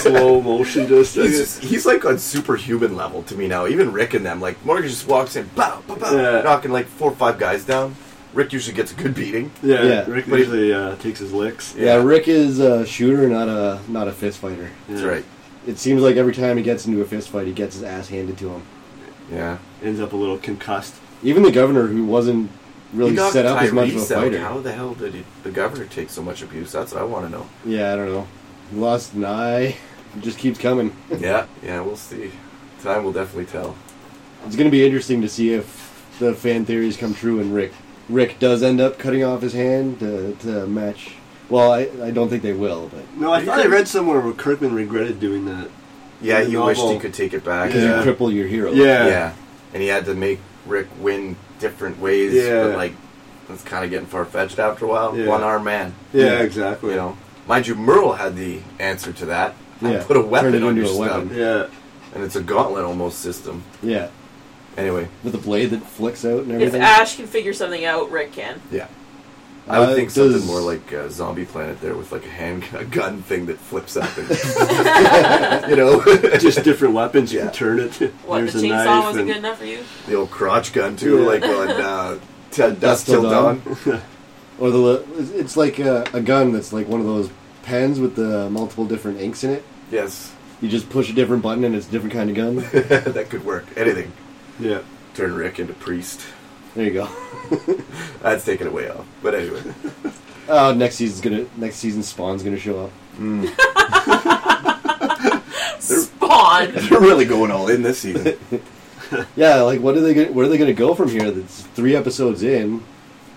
S3: Slow motion just a
S4: He's, just,
S3: second.
S4: he's like on superhuman level to me now. Even Rick and them, like Morgan just walks in, bow, bow, bow,
S3: Yeah.
S4: knocking like four or five guys down. Rick usually gets a good beating.
S3: Yeah,
S1: Yeah.
S3: Rick usually uh, takes his licks.
S1: Yeah, Rick is a shooter, not a not a fist fighter.
S4: That's
S3: Yeah.
S4: right.
S1: It seems like every time he gets into a fist fight, he gets his ass handed to him.
S4: Yeah,
S3: Ends up a little concussed.
S1: Even the governor, who wasn't really
S4: He knocked
S1: set up as much of a
S4: Tyrese out.
S1: fighter.
S4: How the hell did he, the governor take so much abuse? That's what I want to know.
S1: Yeah, I don't know. He lost an eye. It just keeps coming. [LAUGHS]
S4: yeah, yeah, we'll see. Time will definitely tell.
S1: It's going to be interesting to see if the fan theories come true and Rick Rick does end up cutting off his hand to, to match. Well, I, I don't think they will, but
S3: No, I
S4: You
S3: thought I
S4: could-
S3: read somewhere where Kirkman regretted doing that.
S4: Yeah,
S3: The
S4: he wished
S3: novel.
S4: he could take it back.
S1: because
S3: Yeah.
S1: you cripple your hero.
S4: yeah. and he had to make Rick win different ways.
S3: Yeah.
S4: but like that's kind of getting far fetched after a while.
S3: Yeah.
S4: One arm man.
S3: Yeah, exactly.
S4: You know, mind you, Merle had the answer to that. I
S1: Yeah,
S4: put a weapon
S1: turned it
S4: on
S1: into
S4: your
S1: a
S4: stub,
S1: weapon.
S3: Yeah.
S4: and it's a gauntlet almost system.
S1: Yeah,
S4: Anyway,
S1: with a blade that flicks out and
S2: If
S1: everything.
S2: Ash can figure something out, Rick can.
S4: yeah, I would
S1: Uh,
S4: think something
S1: does-
S4: more like uh, Zombie Planet there with like a hand a gun thing that flips up, and,
S1: [LAUGHS]
S4: [LAUGHS] you know,
S3: Just different weapons. You
S4: Yeah.
S3: can turn it. [LAUGHS]
S2: What
S3: There's
S2: the
S3: a
S2: chainsaw
S3: knife
S2: wasn't
S3: and-
S2: good enough for you?
S4: the old crotch gun too,
S3: Yeah.
S4: like on uh, Ted
S1: Dusk
S4: Dust
S1: Till
S4: Till Dawn. [LAUGHS]
S1: Or the li- it's- it's like a, a gun that's like one of those pens with the multiple different inks in it.
S4: Yes, [LAUGHS]
S1: You just push a different button and it's a different kind of gun.
S4: that could work. Anything.
S3: Yeah.
S4: Turn Rick into priest.
S1: There you go. [LAUGHS]
S4: That's taken away off. But anyway,
S1: Uh, next season's gonna next season Spawn's gonna show up.
S2: Spawn.
S4: [LAUGHS] they're really going all in this season.
S1: Yeah, like what are they gonna, where are they going to go from here? That's three episodes in,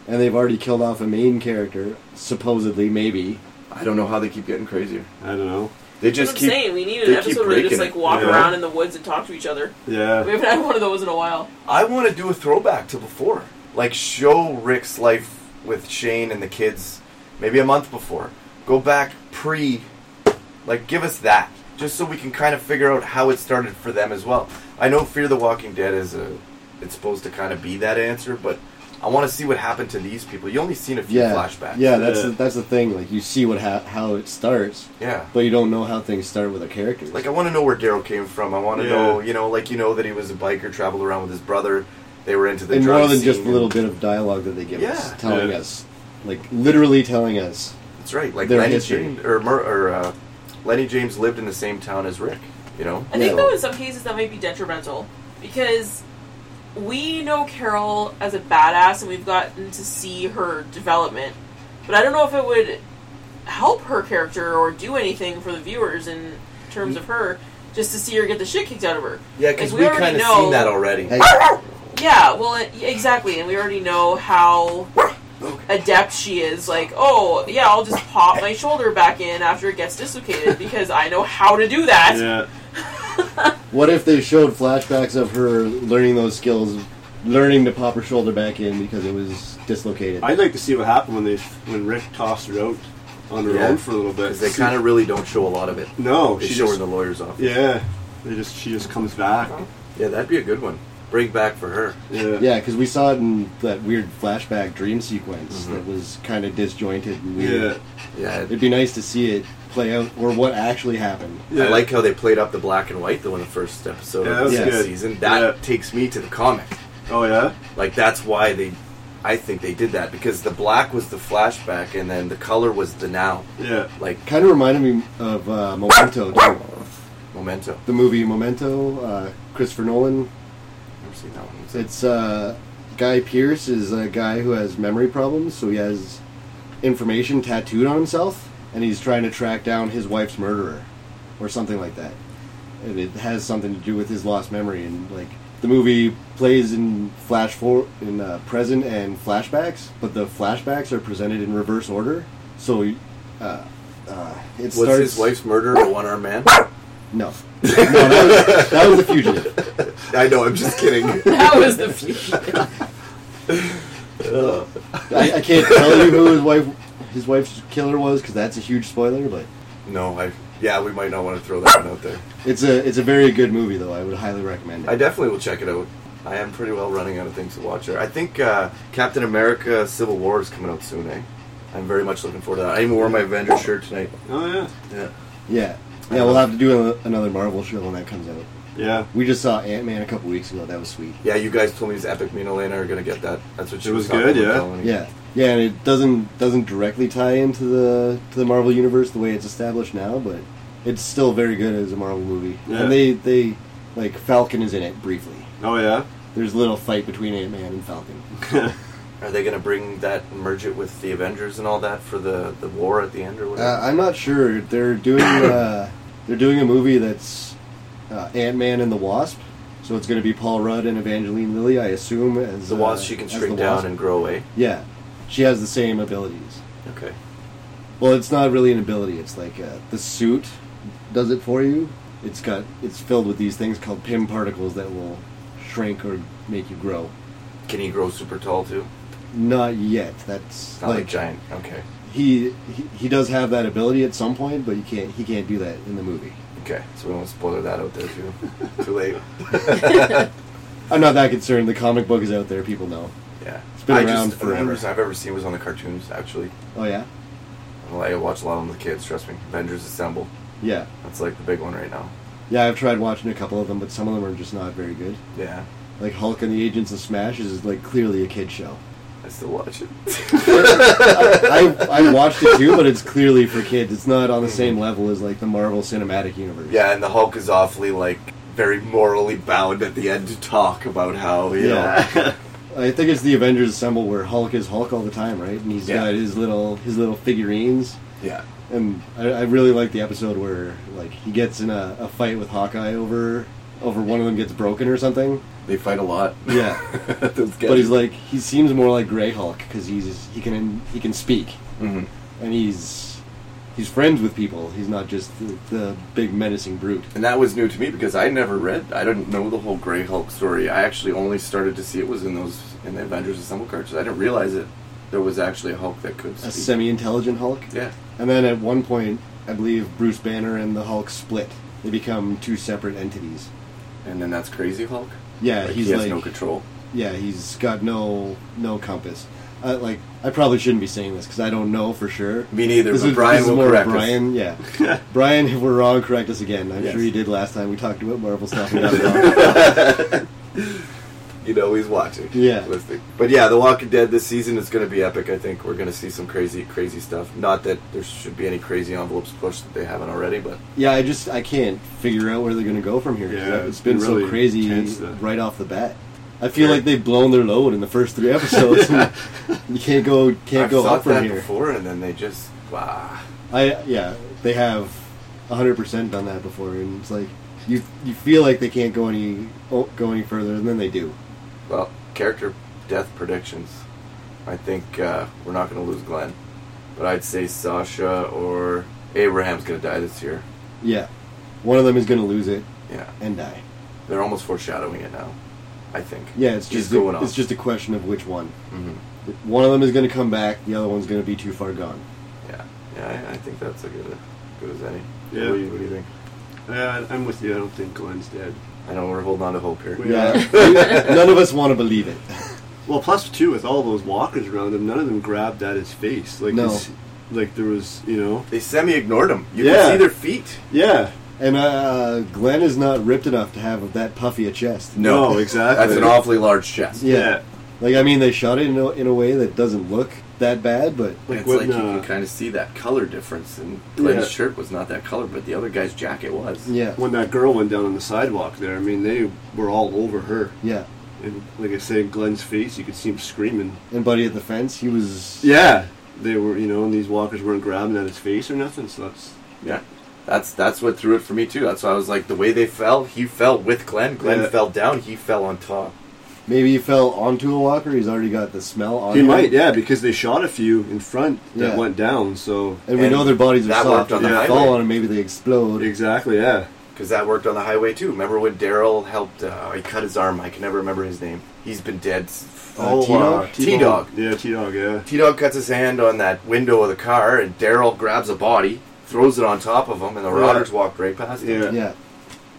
S1: and they've already killed off a main character, supposedly maybe.
S4: [LAUGHS] I don't know how they keep getting crazier.
S3: I don't know.
S4: They
S2: That's
S4: just
S2: what I'm
S4: keep.
S2: saying. We need an
S4: they keep
S2: episode where they just
S4: breaking
S2: like
S4: it,
S2: walk
S3: you know?
S2: around in the woods and talk to each other. We
S3: Yeah.
S2: haven't had one of those in a while.
S4: I want to do a throwback to before, like show Rick's life with Shane and the kids, maybe a month before. Go back pre, like give us that, just so we can kind of figure out how it started for them as well. I know Fear the Walking Dead is a, it's supposed to kind of be that answer, but I want to see what happened to these people. You only seen a few
S1: Yeah,
S4: flashbacks.
S1: yeah, that's The,
S3: Yeah.
S1: that's the thing. Like you see what ha- how it starts,
S4: yeah.
S1: but you don't know how things start with a character.
S4: Like I want to know where Daryl came from. I want to
S3: Yeah.
S4: know, you know, like you know that he was a biker, traveled around with his brother. They were into the
S1: and
S4: drug
S1: more than just a
S4: scene.
S1: little bit of dialogue that they give us,
S4: Yeah.
S1: telling
S3: Yeah.
S1: us, like literally telling us.
S4: That's right. Like
S1: their
S4: Lenny
S1: history.
S4: James or, Mer- or uh, Lenny James lived in the same town as Rick. You know.
S2: I think
S1: Yeah.
S2: though in some cases that might be detrimental because we know Carol as a badass and we've gotten to see her development, but I don't know if it would help her character or do anything for the viewers in terms of her just to see her get the shit kicked out of her.
S4: Yeah, because
S2: Like,
S4: we,
S2: we
S4: kind
S2: already
S4: of
S2: know-
S4: seen that already.
S1: Hey,
S2: Yeah, well, it, exactly, and we already know how adept she is. Like, oh yeah, I'll just pop my shoulder back in after it gets dislocated because I know how to do that.
S3: Yeah.
S1: what if they showed flashbacks of her learning those skills, learning to pop her shoulder back in because it was dislocated?
S3: I'd like to see what happened when they when Rick tossed her out on her
S4: Yeah.
S3: own for a little bit.
S4: Because they kind of really don't show a lot of it.
S3: no.
S4: They
S3: She
S4: show her in
S3: just
S4: the lawyer's office.
S3: yeah. They just she just comes back.
S4: Yeah, that'd be a good one. Bring back for her.
S3: Yeah.
S1: Yeah, because we saw it in that weird flashback dream sequence that was kind of disjointed and weird.
S3: Yeah.
S4: Yeah.
S1: It'd be nice to see it play out or what actually happened.
S3: Yeah.
S4: I like how they played up the black and white though in the first episode
S3: Yeah,
S4: of
S3: that's
S4: the
S1: good.
S4: season. That
S3: Yeah.
S4: takes me to the comic.
S3: Oh yeah.
S4: Like that's why they, I think they did that because the black was the flashback and then the color was the now.
S3: Yeah.
S4: Like
S1: Kind of reminded me of uh, Memento, too.
S4: Memento.
S1: the movie Memento, uh, Christopher Nolan.
S4: Never seen that one.
S1: It's uh, Guy Pierce is a guy who has memory problems, so he has information tattooed on himself, and he's trying to track down his wife's murderer, or something like that. And it has something to do with his lost memory, and like the movie plays in flash for in uh, present and flashbacks, but the flashbacks are presented in reverse order. So uh, uh, it
S4: Was
S1: starts.
S4: his wife's murderer a one armed man?
S1: No, [LAUGHS] no that, was, that was the fugitive.
S4: I know. I'm just kidding.
S2: [LAUGHS] That was the fugitive.
S1: I, I can't tell you who his wife, his wife's killer was, because that's a huge spoiler. But
S4: no, I. Yeah, we might not want to throw that one out there.
S1: it's a it's a very good movie, though. I would highly recommend it.
S4: I definitely will check it out. I am pretty well running out of things to watch here. I think uh, Captain America: Civil War is coming out soon. Eh? I'm very much looking forward to that. I even wore my Avengers shirt tonight.
S3: Oh yeah,
S4: Yeah.
S1: yeah, yeah. We'll have to do a, another Marvel show when that comes out.
S3: yeah.
S1: We just saw Ant Man a couple weeks ago. That was sweet.
S4: Yeah, you guys told me it's epic. Me and Elena are gonna get that. That's what she
S3: It
S4: was,
S3: was
S4: talking
S3: good,
S4: about
S3: yeah.
S4: telling me.
S1: Yeah, yeah, and it doesn't doesn't directly tie into the to the Marvel universe the way it's established now, but it's still very good as a Marvel movie.
S3: Yeah.
S1: And they they like Falcon is in it briefly.
S3: Oh yeah. [LAUGHS]
S1: There's a little fight between Ant Man and Falcon.
S4: Are they gonna bring that and merge it with the Avengers and all that for the the war at the end or whatever?
S1: Uh, I'm not sure they're doing uh, they're doing a movie that's uh, Ant Man and the Wasp. So it's going to be Paul Rudd and Evangeline Lilly, I assume. As
S4: the wasp
S1: uh,
S4: she can
S1: as the
S4: shrink down
S1: Wasp.
S4: and grow away.
S1: yeah, she has the same abilities.
S4: Okay.
S1: Well, it's not really an ability. It's like uh, the suit does it for you. It's got it's filled with these things called PIM particles that will shrink or make you grow.
S4: Can he grow super tall too?
S1: Not yet. That's
S4: Not like, giant. Okay.
S1: He, he he does have that ability at some point, but you can't he can't do that in the movie.
S4: Okay. So we won't spoiler that out there
S1: [LAUGHS]
S4: too. too late.
S1: I'm not that concerned. The comic book is out there. People know.
S4: Yeah.
S1: It's been
S4: I
S1: around
S4: just, the only
S1: forever.
S4: reason I've ever seen was on the cartoons actually.
S1: Oh yeah,
S4: Well, I watch a lot of them with kids. Trust me. Avengers Assemble.
S1: yeah,
S4: That's like the big one right now.
S1: yeah. I've tried watching a couple of them, but some of them are just not very good.
S4: Yeah.
S1: Like Hulk and the Agents of Smash is like clearly a kid
S4: [LAUGHS]
S1: show.
S4: I still watch it. [LAUGHS]
S1: I, I watched it too, but it's clearly for kids. It's not on the same level as like the Marvel Cinematic Universe.
S4: Yeah, and the Hulk is awfully like very morally bound at the end to talk about how you know.
S1: yeah. I think it's the Avengers Assemble where Hulk is Hulk all the time, right? And he's
S4: Yeah.
S1: got his little his little figurines.
S4: [LAUGHS] Yeah.
S1: And I, I really like the episode where like he gets in a, a fight with Hawkeye over over one of them gets broken or something.
S4: They fight a lot.
S1: Yeah.
S4: [LAUGHS] Those guys.
S1: But he's like he seems more like Gray Hulk because he's he can he can speak
S4: Mhm.
S1: and he's he's friends with people. He's not just the, the big menacing brute.
S4: And that was new to me because I never read. I didn't know the whole Grey Hulk story. I actually only started to see it was in those in the Avengers Assemble cards. I didn't realize it. There was actually a Hulk that could
S1: A
S4: speak.
S1: semi-intelligent Hulk.
S4: yeah.
S1: And then at one point, I believe Bruce Banner and the Hulk split. They become two separate entities.
S4: And then that's Crazy Hulk.
S1: Yeah,
S4: Like,
S1: he's
S4: he has
S1: like,
S4: no
S1: [LAUGHS]
S4: control. [LAUGHS]
S1: yeah, he's got no no compass. Uh, like, I probably shouldn't be saying this because I don't know for sure.
S4: Me neither.
S1: This
S4: but
S1: is,
S4: Brian
S1: this is
S4: will
S1: more
S4: correct us.
S1: Brian,
S4: [LAUGHS]
S1: yeah. Brian, if we're wrong, correct us again. I'm
S4: Yes.
S1: sure he did last time we talked about Marvel stuff.
S4: [LAUGHS]
S1: And got it wrong.
S4: You know he's watching.
S1: Yeah.
S4: Listening. But yeah, The Walking Dead this season is going to be epic. I think we're going to see some crazy, crazy stuff. Not that there should be any crazy envelopes pushed that they haven't already, but
S1: yeah, I just I can't figure out where they're going to go from here. 'cause
S3: Yeah,
S1: that- it's
S3: it's
S1: been
S3: been really
S1: so crazy
S3: intense, though.
S1: right off the bat. I feel like they've blown their load in the first three
S4: [LAUGHS]
S1: episodes.
S3: [LAUGHS]
S1: you can't go can't
S4: I've
S1: go
S4: thought
S1: up from
S4: that
S1: here.
S4: before, and then they just wow.
S1: I yeah, they have hundred percent done that before, and it's like you you feel like they can't go any oh, go any further, and then they do.
S4: Well, character death predictions. I think uh, we're not going to lose Glenn, but I'd say Sasha or Abraham's going to die this year.
S1: Yeah, one of them is going to lose it
S4: Yeah,
S1: and die.
S4: they're almost foreshadowing it now. I think.
S1: Yeah, it's
S4: He's
S1: just a,
S4: going off.
S1: it's just a question of which one.
S4: Mhm.
S1: One of them is going to come back, the other one's going to be too far gone.
S4: Yeah, yeah. I, I think that's a good, good as any.
S3: Yeah.
S4: What do, you, what do you think?
S3: Yeah, I'm with you. I don't think Glenn's dead.
S4: I know we're holding on to hope here.
S3: We-
S1: Yeah,
S3: Yeah.
S4: [LAUGHS]
S3: [LAUGHS]
S1: none of us want to believe it.
S3: Well, plus two with all those walkers around him, none of them grabbed at his face. Like
S1: No.
S3: his- like there was, you know.
S4: They semi-ignored him. You
S3: Yeah.
S4: can see their feet.
S3: Yeah.
S1: And uh, Glenn is not ripped enough to have that puffy a chest.
S3: No, exactly.
S4: That's an awfully large chest.
S1: Yeah. Like I mean, they shot it in a, in a way that doesn't look that bad, but
S3: Like
S4: it's like
S3: what-
S4: you
S3: uh,
S4: can kind of see that color difference, and Glenn's
S3: Yeah.
S4: shirt was not that color, but the other guy's jacket was.
S1: yeah,
S3: When that girl went down on the sidewalk there, I mean, they were all over her.
S1: yeah.
S3: And like I said, Glenn's face, you could see him screaming.
S1: And Buddy at the fence, he was
S3: Yeah. They were, you know, and these walkers weren't grabbing at his face or nothing, so that's.
S4: Yeah. That's that's what threw it for me too. That's why I was like the way they fell, he fell with Glenn. Glenn
S3: Yeah.
S4: fell down, he fell on top.
S1: Maybe he fell onto a walker. He's already got the smell on
S3: He
S1: him.
S3: might, yeah, because they shot a few in front that
S1: Oh, Yeah.
S3: went down, so.
S1: And we
S4: And
S1: know their bodies are
S4: that
S1: soft.
S4: worked
S1: If
S4: on
S3: the
S1: they fall
S4: highway.
S1: on him, maybe they explode.
S3: Exactly, yeah.
S4: because that worked on the highway too. Remember when Daryl helped? Uh, he cut his arm. I can never remember his name. He's been dead. s-
S1: Oh, T-Dog?
S4: T Dog.
S3: Yeah, T Dog, yeah.
S4: T Dog cuts his hand on that window of the car, and Daryl grabs a body, throws it on top of him, and the
S3: Yeah.
S4: Rotters walked right past him.
S3: Yeah.
S1: Yeah,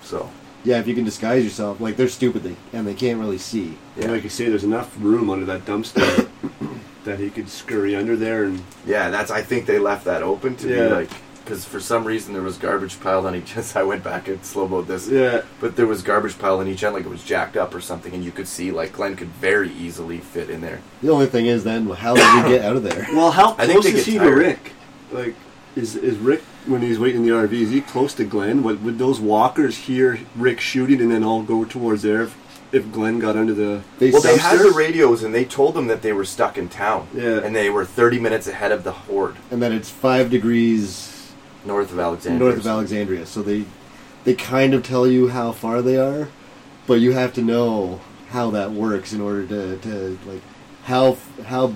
S4: So
S1: yeah. If you can disguise yourself, like they're stupid, they, and they can't really see.
S4: Yeah.
S3: And like you say, there's enough room under that dumpster [COUGHS] that he could scurry under there and
S4: yeah, that's. I think they left that open to
S3: Yeah.
S4: be like because for some reason there was garbage piled on each. [LAUGHS] As I went back and slow mo this,
S3: yeah,
S4: but there was garbage piled on each end, like it was jacked up or something, and you could see like Glenn could very easily fit in there.
S1: The only thing is, then how did we get out of there?
S3: Well, how
S4: I think
S3: close
S4: they
S3: is
S4: get
S3: he to
S4: tired.
S3: Rick? Like, is is Rick when he's waiting in the RV? Is he close to Glenn? Would, would those walkers hear Rick shooting and then all go towards there if, if Glenn got under the?
S1: They
S4: Well, they had
S1: downstairs?
S4: the radios, and they told them that they were stuck in town.
S3: Yeah.
S4: And they were 30 minutes ahead of the horde,
S1: And then it's five degrees
S4: north of Alexandria.
S1: north of Alexandria, so they they kind of tell you how far they are, but you have to know how that works in order to, to like how f- how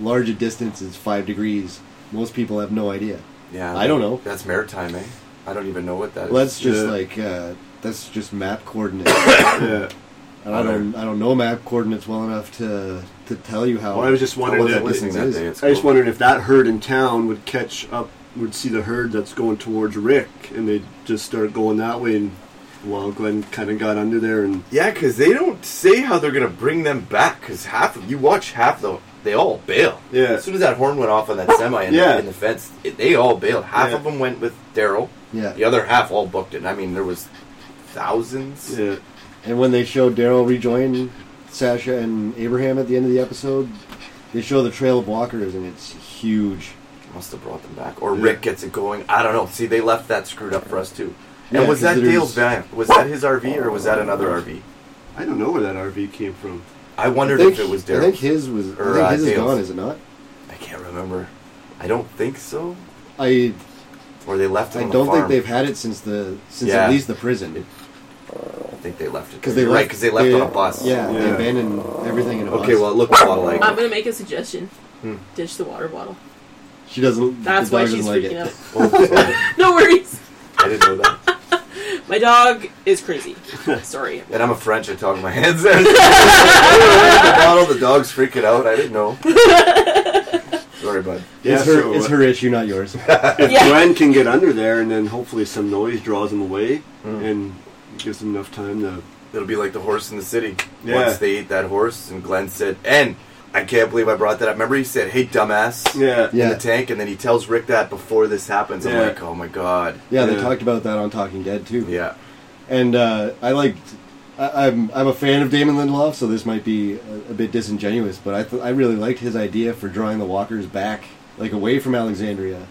S1: large a distance is five degrees. Most people have no idea.
S4: Yeah.
S1: I don't know.
S4: That's maritime, eh? I don't even know what that is.
S1: Let's just
S3: Yeah.
S1: like uh, that's just map
S3: [COUGHS]
S1: coordinates.
S3: Yeah.
S1: And I don't I don't know map coordinates well enough to to tell you how.
S3: Well, I was just
S4: I
S3: wondering.
S4: wasn't
S3: if-
S4: listening
S1: it
S4: that
S1: is.
S4: day. It's
S3: I just
S4: cool.
S3: wondered if that herd in town would catch up, would see the herd that's going towards Rick, and they just start going that way. And while Glenn kind of got under there, and
S4: Yeah, because they don't say how they're gonna bring them back. Because half of you watch half the they all bail.
S3: Yeah.
S4: As soon as that horn went off on that semi and
S3: Yeah.
S4: in the fence, it, they all bailed. Half
S3: Yeah.
S4: of them went with Daryl.
S1: Yeah.
S4: The other half all booked it. I mean, there was thousands.
S3: yeah,
S1: And when they show Daryl rejoin Sasha and Abraham at the end of the episode, they show the trail of walkers and it's huge.
S4: Must have brought them back, or
S3: Yeah.
S4: Rick gets it going. I don't know. See, they left that screwed up for us too. And
S1: Yeah,
S4: was that
S1: 'cause there's-
S4: Dale's van? Was that his RV or was that another RV?
S3: I don't know where that RV came from.
S4: I wondered
S1: think-
S4: if it was
S1: I think
S4: Daryl.
S1: his was.
S4: Or,
S1: I
S4: uh,
S1: think his is
S4: Dale's.
S1: gone, is it not?
S4: I can't remember. I don't think so.
S1: I
S4: Or they left it.
S1: I
S4: on the
S1: don't think
S4: farm.
S1: they've had it since the since
S4: Yeah.
S1: at least the prison
S4: I think they left it.
S1: because they
S4: You're
S1: left,
S4: right because they left on a bus.
S1: Yeah, they
S3: Yeah.
S1: abandoned everything in a bus.
S4: Okay, well, it looked a lot like.
S2: I'm gonna make a suggestion.
S4: Hmm.
S2: Ditch the water bottle.
S1: she doesn't.
S2: That's
S1: the
S2: why
S1: dog
S2: she's
S1: doesn't like
S2: freaking
S1: it.
S2: out.
S4: [LAUGHS]
S2: [LAUGHS]
S4: Oh, sorry.
S2: No worries.
S4: I didn't know that.
S2: My dog is
S4: [LAUGHS]
S2: crazy. Sorry.
S4: And I'm a French. I talk my
S2: [LAUGHS]
S4: hands. [LAUGHS] out. the bottle. The dog's freaking out. I
S2: [LAUGHS]
S4: didn't know. Sorry, bud.
S1: It's her. it's
S4: uh,
S1: her issue, not
S4: [LAUGHS]
S1: yours.
S3: uh, if
S2: Yeah.
S3: Glenn can get under there, and then hopefully some noise draws him away
S4: Mm.
S3: and gives him enough time to.
S4: It'll be like the horse in the city.
S3: Yeah.
S4: Once they ate that horse, and Glenn said, and I can't believe I brought that up. Remember he said, hey, dumbass,
S3: Yeah.
S4: in
S1: Yeah.
S4: the tank, and then he tells Rick that before this happens. I'm
S3: Yeah.
S4: like, oh my god.
S1: Yeah, they
S3: Yeah.
S1: talked about that on Talking Dead too.
S4: Yeah.
S1: and uh, I liked. I, I'm I'm a fan of Damon Lindelof, so this might be a, a bit disingenuous, but I th- I really liked his idea for drawing the walkers back, like away from Alexandria.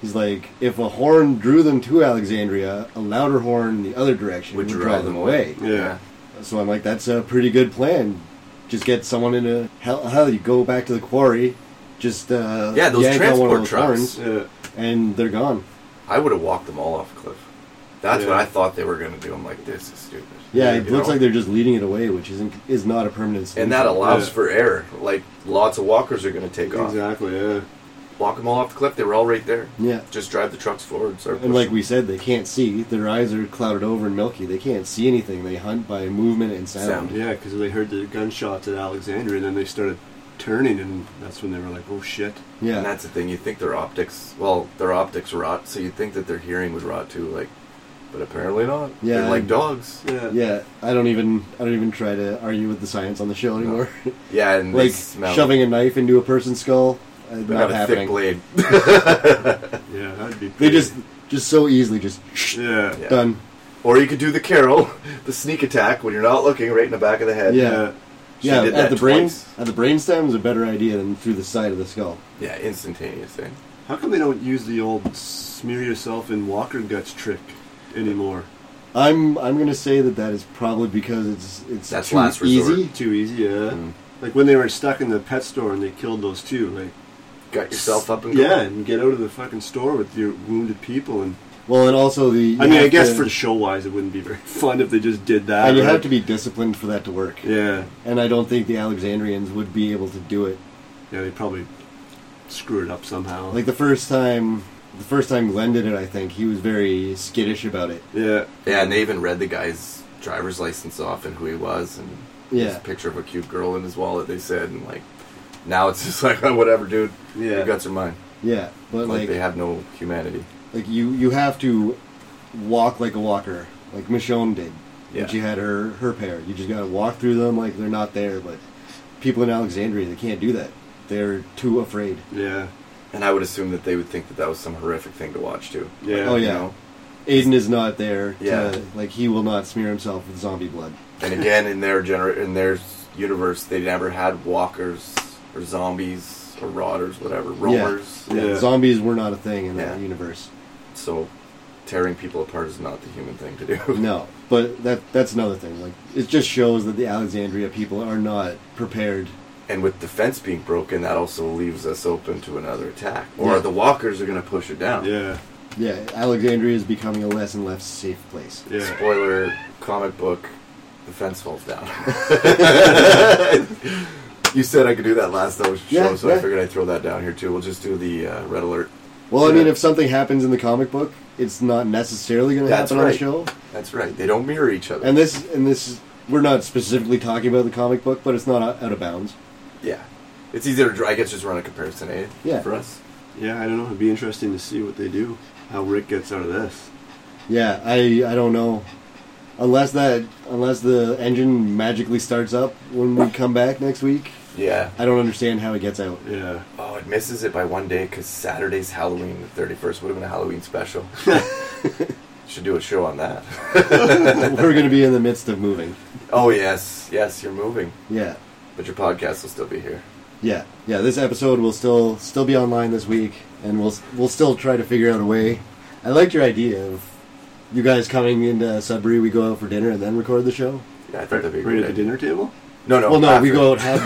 S1: He's like, if a horn drew them to Alexandria, a louder horn the other direction would, draw them away.
S3: Yeah.
S1: So I'm like, that's a pretty good plan. Just get someone in a hell, hell you go back to the quarry, just uh,
S4: Yeah, those
S1: yank on one of
S4: transport
S1: those
S4: trucks.
S1: horns,
S3: Yeah.
S1: and they're gone.
S4: I would have walked them all off a cliff. That's what
S3: Yeah.
S4: I thought they were going to do. I'm like, this is stupid.
S1: Yeah,
S4: You
S1: it looks
S4: know?
S1: like they're just leading it away, which isn't is not a permanent. Solution.
S4: And that allows
S3: Yeah.
S4: for error. Like, lots of walkers are going to take off.
S3: Exactly. Yeah.
S4: Walk them all off the cliff. They were all right there.
S1: Yeah.
S4: Just drive the trucks forward. Start
S1: And like
S4: pushing.
S1: we said, they can't see. Their eyes are clouded over and milky. They can't see anything. They hunt by movement and sound.
S4: Sound.
S3: Yeah, because they heard the gunshots at Alexandria, and then they started turning, and that's when they were like, "Oh shit!"
S1: Yeah.
S4: And that's the thing. You think their optics, well, their optics rot, so you think that their hearing would rot too. Like, but apparently not.
S1: Yeah.
S4: They're like dogs.
S3: Yeah.
S1: yeah. I don't even I don't even try to argue with the science on the show anymore.
S4: Yeah, and [LAUGHS]
S1: [LAUGHS]
S4: they
S1: like
S4: smell.
S1: shoving a knife into a person's skull, uh,
S4: They
S1: not
S4: got a
S1: happening.
S4: thick blade. [LAUGHS]
S3: Yeah, that'd be.
S1: They
S3: pretty-
S1: just just so easily just
S3: Yeah.
S4: Yeah.
S1: done.
S4: Or you could do the Carol, [LAUGHS] the sneak attack when you're not looking, right in the back of the head.
S1: Yeah.
S4: She
S1: yeah,
S4: did
S1: at
S4: that
S1: the brain
S4: twice.
S1: at the brainstem is a better idea than through the side of the skull.
S4: Yeah, instantaneous thing.
S3: How come they don't use the old smear yourself in walker guts trick anymore?
S1: I'm I'm gonna say that that is probably because it's it's
S4: That's
S1: too
S4: last resort.
S1: easy.
S3: Too easy. Yeah.
S4: Mm.
S3: Like when they were stuck in the pet store and they killed those two. Like.
S4: Got yourself up and
S3: yeah,
S4: going.
S3: and get out of the fucking store with your wounded people and
S1: Well, and also the
S3: I mean, I
S1: have
S3: guess
S1: to-
S3: for show wise, it wouldn't be very [LAUGHS] fun if they just did that.
S1: and you
S3: right?
S1: have to be disciplined for that to work.
S3: Yeah,
S1: And I don't think the Alexandrians would be able to do it.
S3: yeah, they probably screw it up somehow.
S1: Like the first time the first time Glenn did it, I think he was very skittish about it.
S3: Yeah.
S4: Yeah, and they even read the guy's driver's license off and who he was and his
S1: Yeah,
S4: picture of a cute girl in his wallet. They said and like now it's [LAUGHS] just like oh, whatever, dude.
S3: Yeah.
S4: Your guts are mine.
S1: yeah, but
S4: like,
S1: like
S4: they have no humanity.
S1: like you you have to walk like a walker, like Michonne did
S4: Yeah.
S1: when she had her her pair. You just gotta walk through them like they're not there. But people in Alexandria they can't do that. They're too afraid.
S3: Yeah.
S4: And I would assume that they would think that that was some horrific thing to watch too.
S3: Yeah.
S1: oh
S4: You
S1: yeah,
S4: know?
S1: Aiden is not there. To,
S4: Yeah.
S1: like he will not smear himself with zombie blood.
S4: And again, in their gener- in their s- universe, they never had walkers or zombies or rotters, whatever roamers.
S1: Yeah,
S3: Yeah.
S1: zombies were not a thing in that
S4: Yeah.
S1: universe.
S4: So tearing people apart is not the human thing to do.
S1: No, but that that's another thing. Like it just shows that the Alexandria people are not prepared.
S4: And with the fence being broken, that also leaves us open to another attack. Or
S1: Yeah.
S4: the walkers are going to push it down.
S3: Yeah.
S1: Yeah, Alexandria is becoming a less and less safe place.
S3: Yeah.
S4: Spoiler comic book, the fence falls
S1: [LAUGHS]
S4: down. you said I could do that last show,
S1: Yeah,
S4: so I
S1: yeah.
S4: figured I'd throw that down here too. We'll just do the uh, red alert.
S1: Well, I
S3: Yeah.
S1: mean, if something happens in the comic book, it's not necessarily going to
S4: That's
S1: happen on the
S4: right.
S1: show.
S4: That's right. They don't mirror each other.
S1: And this and this is- we're not specifically talking about the comic book, but it's not out out of bounds.
S4: Yeah. It's easier to, dr- I guess, just run a comparison, eh?
S1: Yeah.
S4: For us.
S3: Yeah. I don't know. It'd be interesting to see what they do. How Rick gets out of this.
S1: Yeah, I I don't know. Unless that unless the engine magically starts up when we come back next week,
S4: Yeah.
S1: I don't understand how it gets
S4: [LAUGHS]
S1: out.
S3: Yeah.
S4: Oh, it misses it by one day because Saturday's Halloween. The 31st would have been a Halloween special. Should do a show on that.
S1: [LAUGHS] we're going to be in the midst of moving.
S4: oh, yes. Yes, you're moving.
S1: Yeah.
S4: But your podcast will still be here.
S1: Yeah, yeah. This episode will still still be online this week, and we'll we'll still try to figure out a way. I liked your idea of you guys coming into Sudbury. We go out for dinner and then record the show.
S4: Yeah, I think
S3: Right,
S4: that'd be a
S3: right
S4: great
S3: at the
S4: idea.
S3: dinner table.
S4: No, no.
S1: well, no, we
S4: after. [LAUGHS]
S3: [LAUGHS]
S1: go out have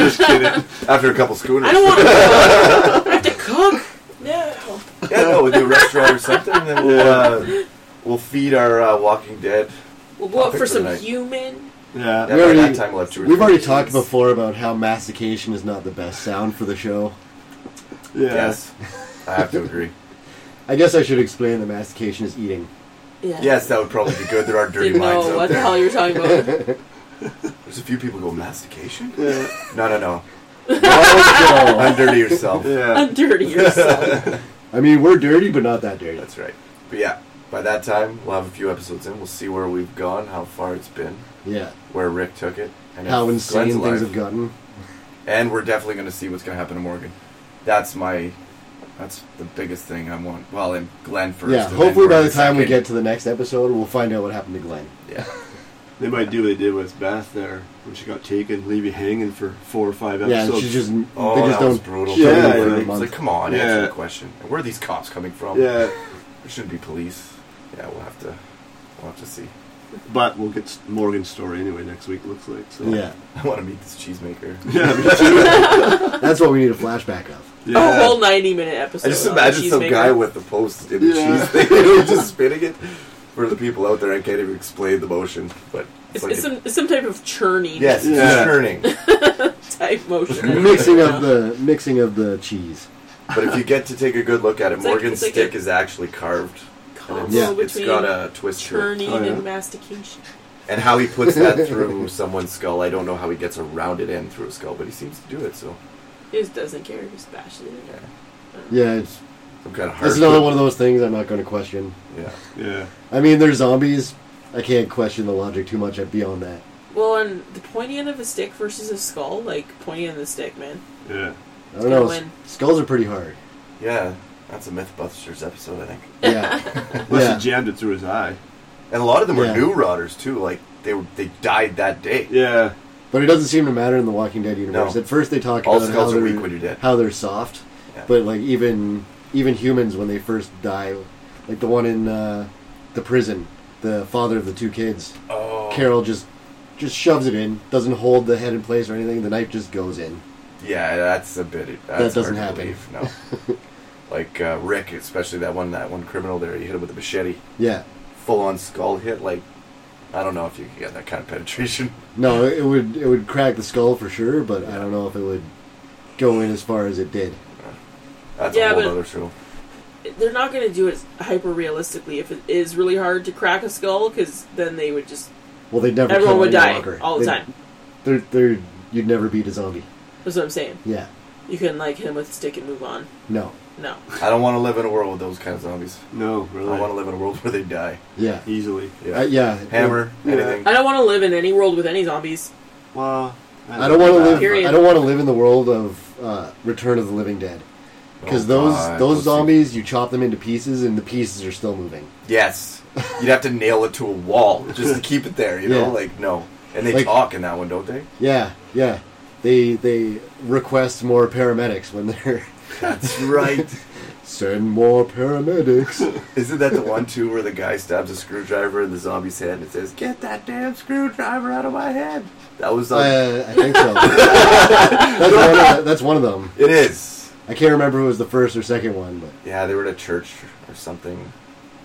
S3: Just kidding.
S4: after a couple schooners.
S2: I don't want to
S4: [LAUGHS]
S2: cook. I have to cook. No.
S4: yeah, no, we'll do a restaurant or something, and then we'll, uh, we'll feed our uh, Walking Dead.
S2: We'll go out
S4: Topic
S2: for
S4: for
S2: some
S4: tonight.
S2: human.
S3: Yeah.
S4: Yeah,
S1: We
S4: by
S1: already-
S4: that time we'll have two or
S1: We've
S4: three
S1: already talked
S4: kids.
S1: before about how mastication is not the best sound for the show.
S3: Yeah.
S4: Yes. I have to agree.
S1: I guess I should explain that mastication is
S4: [LAUGHS]
S1: eating.
S2: Yeah.
S4: Yes, that would probably be good. There are dirty
S2: Didn't
S4: minds
S2: know
S4: out
S2: what the
S4: there.
S2: hell you were talking
S4: [LAUGHS]
S2: about.
S4: There's a few people who go mastication.
S3: Yeah.
S4: No, no, no.
S1: Oh,
S4: I'm dirty yourself.
S3: Yeah.
S2: Undirty yourself.
S1: I mean, we're dirty, but not that dirty.
S4: [LAUGHS] That's right. But yeah, by that time we'll have a few episodes in. We'll see where we've gone, how far it's been,
S1: Yeah,
S4: where Rick took it, and
S1: how
S4: if
S1: insane things
S4: Glenn's alive.
S1: have gotten.
S4: And we're definitely going to see what's going to happen to Morgan. That's my. That's the biggest thing I want. Well, and Glenn first.
S1: yeah,
S4: and then
S1: hopefully by
S4: Morgan
S1: the time we get
S4: second.
S1: to the next episode, we'll find out what happened to Glenn.
S4: Yeah.
S3: They might do what they did with Beth there when she got taken, leave you hanging for four or five
S1: Yeah,
S3: episodes.
S1: she just
S4: Oh,
S1: they just
S4: that
S1: don't
S4: was brutal.
S1: show
S3: Yeah,
S1: you for
S3: yeah.
S1: a
S4: It's
S1: month.
S4: like, come on,
S3: Yeah.
S4: answer the question. And where are these cops coming from?
S3: Yeah.
S4: It shouldn't be police. Yeah, we'll have to. We'll have to see. [LAUGHS]
S3: But we'll get Morgan's story anyway next week. Looks like so.
S1: Yeah,
S4: I want to meet this cheesemaker.
S3: [LAUGHS]
S4: [LAUGHS]
S3: Yeah. me too.
S1: that's what we need a flashback of.
S3: yeah.
S4: Oh,
S2: A whole 90 minute episode.
S4: I just
S2: on
S4: imagine some
S2: Cheesemaker.
S4: guy with the post in the
S3: Yeah.
S4: cheese thing,
S1: [LAUGHS]
S4: just spinning it. For the people out there, I can't even explain the motion, but
S2: It's,
S4: like
S2: it's
S4: a,
S2: some, it's some type of churning
S4: [LAUGHS] yes, it's
S3: Yeah.
S4: churning.
S2: type
S4: [LAUGHS]
S2: motion.
S1: mixing of the mixing of the cheese.
S4: But if you get to take a good look at it,
S2: It's like-
S4: Morgan's
S2: it's like
S4: stick
S2: a
S4: is actually carved.
S2: Combo
S1: Yeah.
S4: It's
S2: between
S4: got a twist to it.
S2: churning
S3: Oh, yeah.
S2: and mastication.
S4: And how he puts
S1: [LAUGHS]
S4: that through someone's skull, I don't know how he gets a rounded end through a skull, but he seems to do it, so.
S2: He just doesn't care. He just bashes it in
S4: Yeah.
S2: there.
S1: Yeah, it's,
S4: Some kind of hard.
S1: that's another one of those things I'm not going to question.
S4: Yeah.
S3: Yeah.
S1: I mean, they're zombies. I can't question the logic too much beyond that.
S2: Well, and the pointy end of a stick versus a skull, like pointy end of the stick, man.
S3: Yeah.
S1: I don't
S2: gonna
S1: know.
S2: win.
S1: Skulls are pretty hard.
S4: Yeah. That's a Mythbusters episode, I think.
S1: Yeah,
S3: Unless
S1: Yeah.
S3: he jammed it through his eye.
S4: And a lot of them were
S1: Yeah.
S4: new rotters, too. Like, they were, they died that day.
S3: Yeah.
S1: but it doesn't seem to matter in the Walking Dead universe.
S4: No.
S1: At first, they talk
S4: All
S1: about how
S4: skulls are
S1: they're
S4: weak when you're dead.
S1: how they're soft,
S4: Yeah.
S1: but like even even humans when they first die, like the one in uh, the prison, the father of the two kids.
S4: Oh.
S1: Carol just just shoves it in, doesn't hold the head in place or anything. The knife just goes in.
S4: Yeah, that's a bit. That's
S1: That doesn't
S4: hard to
S1: happen.
S4: believe,
S1: [LAUGHS]
S4: no. like uh, Rick, especially that one, that one criminal there. You hit him with a machete,
S1: Yeah.
S4: full on skull hit. Like, I don't know if you can get that kind of penetration. [LAUGHS]
S1: No, it would it would crack the skull for sure, but I don't know if it would go in as far as it did.
S4: That's
S2: Yeah,
S4: a whole
S2: but-
S4: other show.
S2: [LAUGHS] they're not going to do it hyper realistically if it is really hard to crack a skull because then they would just
S1: Well, they'd never
S2: everyone
S1: kill
S2: would
S1: Johnny
S2: die
S1: Walker.
S2: all the
S1: They'd-
S2: time.
S1: They're, they're, you'd never beat a zombie.
S2: That's what I'm saying.
S1: Yeah.
S2: You couldn't like hit him with a stick and move on.
S1: No.
S2: No,
S4: I don't want to live in a world with those kind of zombies.
S3: No,
S4: I
S3: really.
S4: don't want to live in a world where they die.
S1: Yeah.
S3: Easily.
S1: Uh, yeah.
S4: Hammer,
S3: Yeah.
S4: anything.
S2: I don't want to live in any world with any zombies.
S3: Well,
S1: I don't want to live.
S2: Period.
S1: I don't want to live in the world of uh, Return of the Living Dead because
S4: Oh,
S1: those
S4: God,
S1: those
S4: those things-
S1: zombies you chop them into pieces and the pieces are still moving.
S4: Yes. You'd have to nail it to a wall
S1: [LAUGHS]
S4: just to keep it there, you know?
S1: Yeah.
S4: Like, no. And they
S1: Like-
S4: talk in that one,
S1: [LAUGHS]
S4: don't they?
S1: Yeah, yeah. They they request more paramedics when they're [LAUGHS]
S4: That's right.
S1: send more paramedics.
S4: Isn't that the one, too, where the guy stabs a screwdriver in the zombie's head and it says, Get that damn screwdriver out of my head? That was on.
S1: [LAUGHS] uh, I think [LAUGHS] so. that's, one of, that's one of them.
S4: it is.
S1: I can't remember who was the first or second one, but
S4: Yeah, they were at a church or something.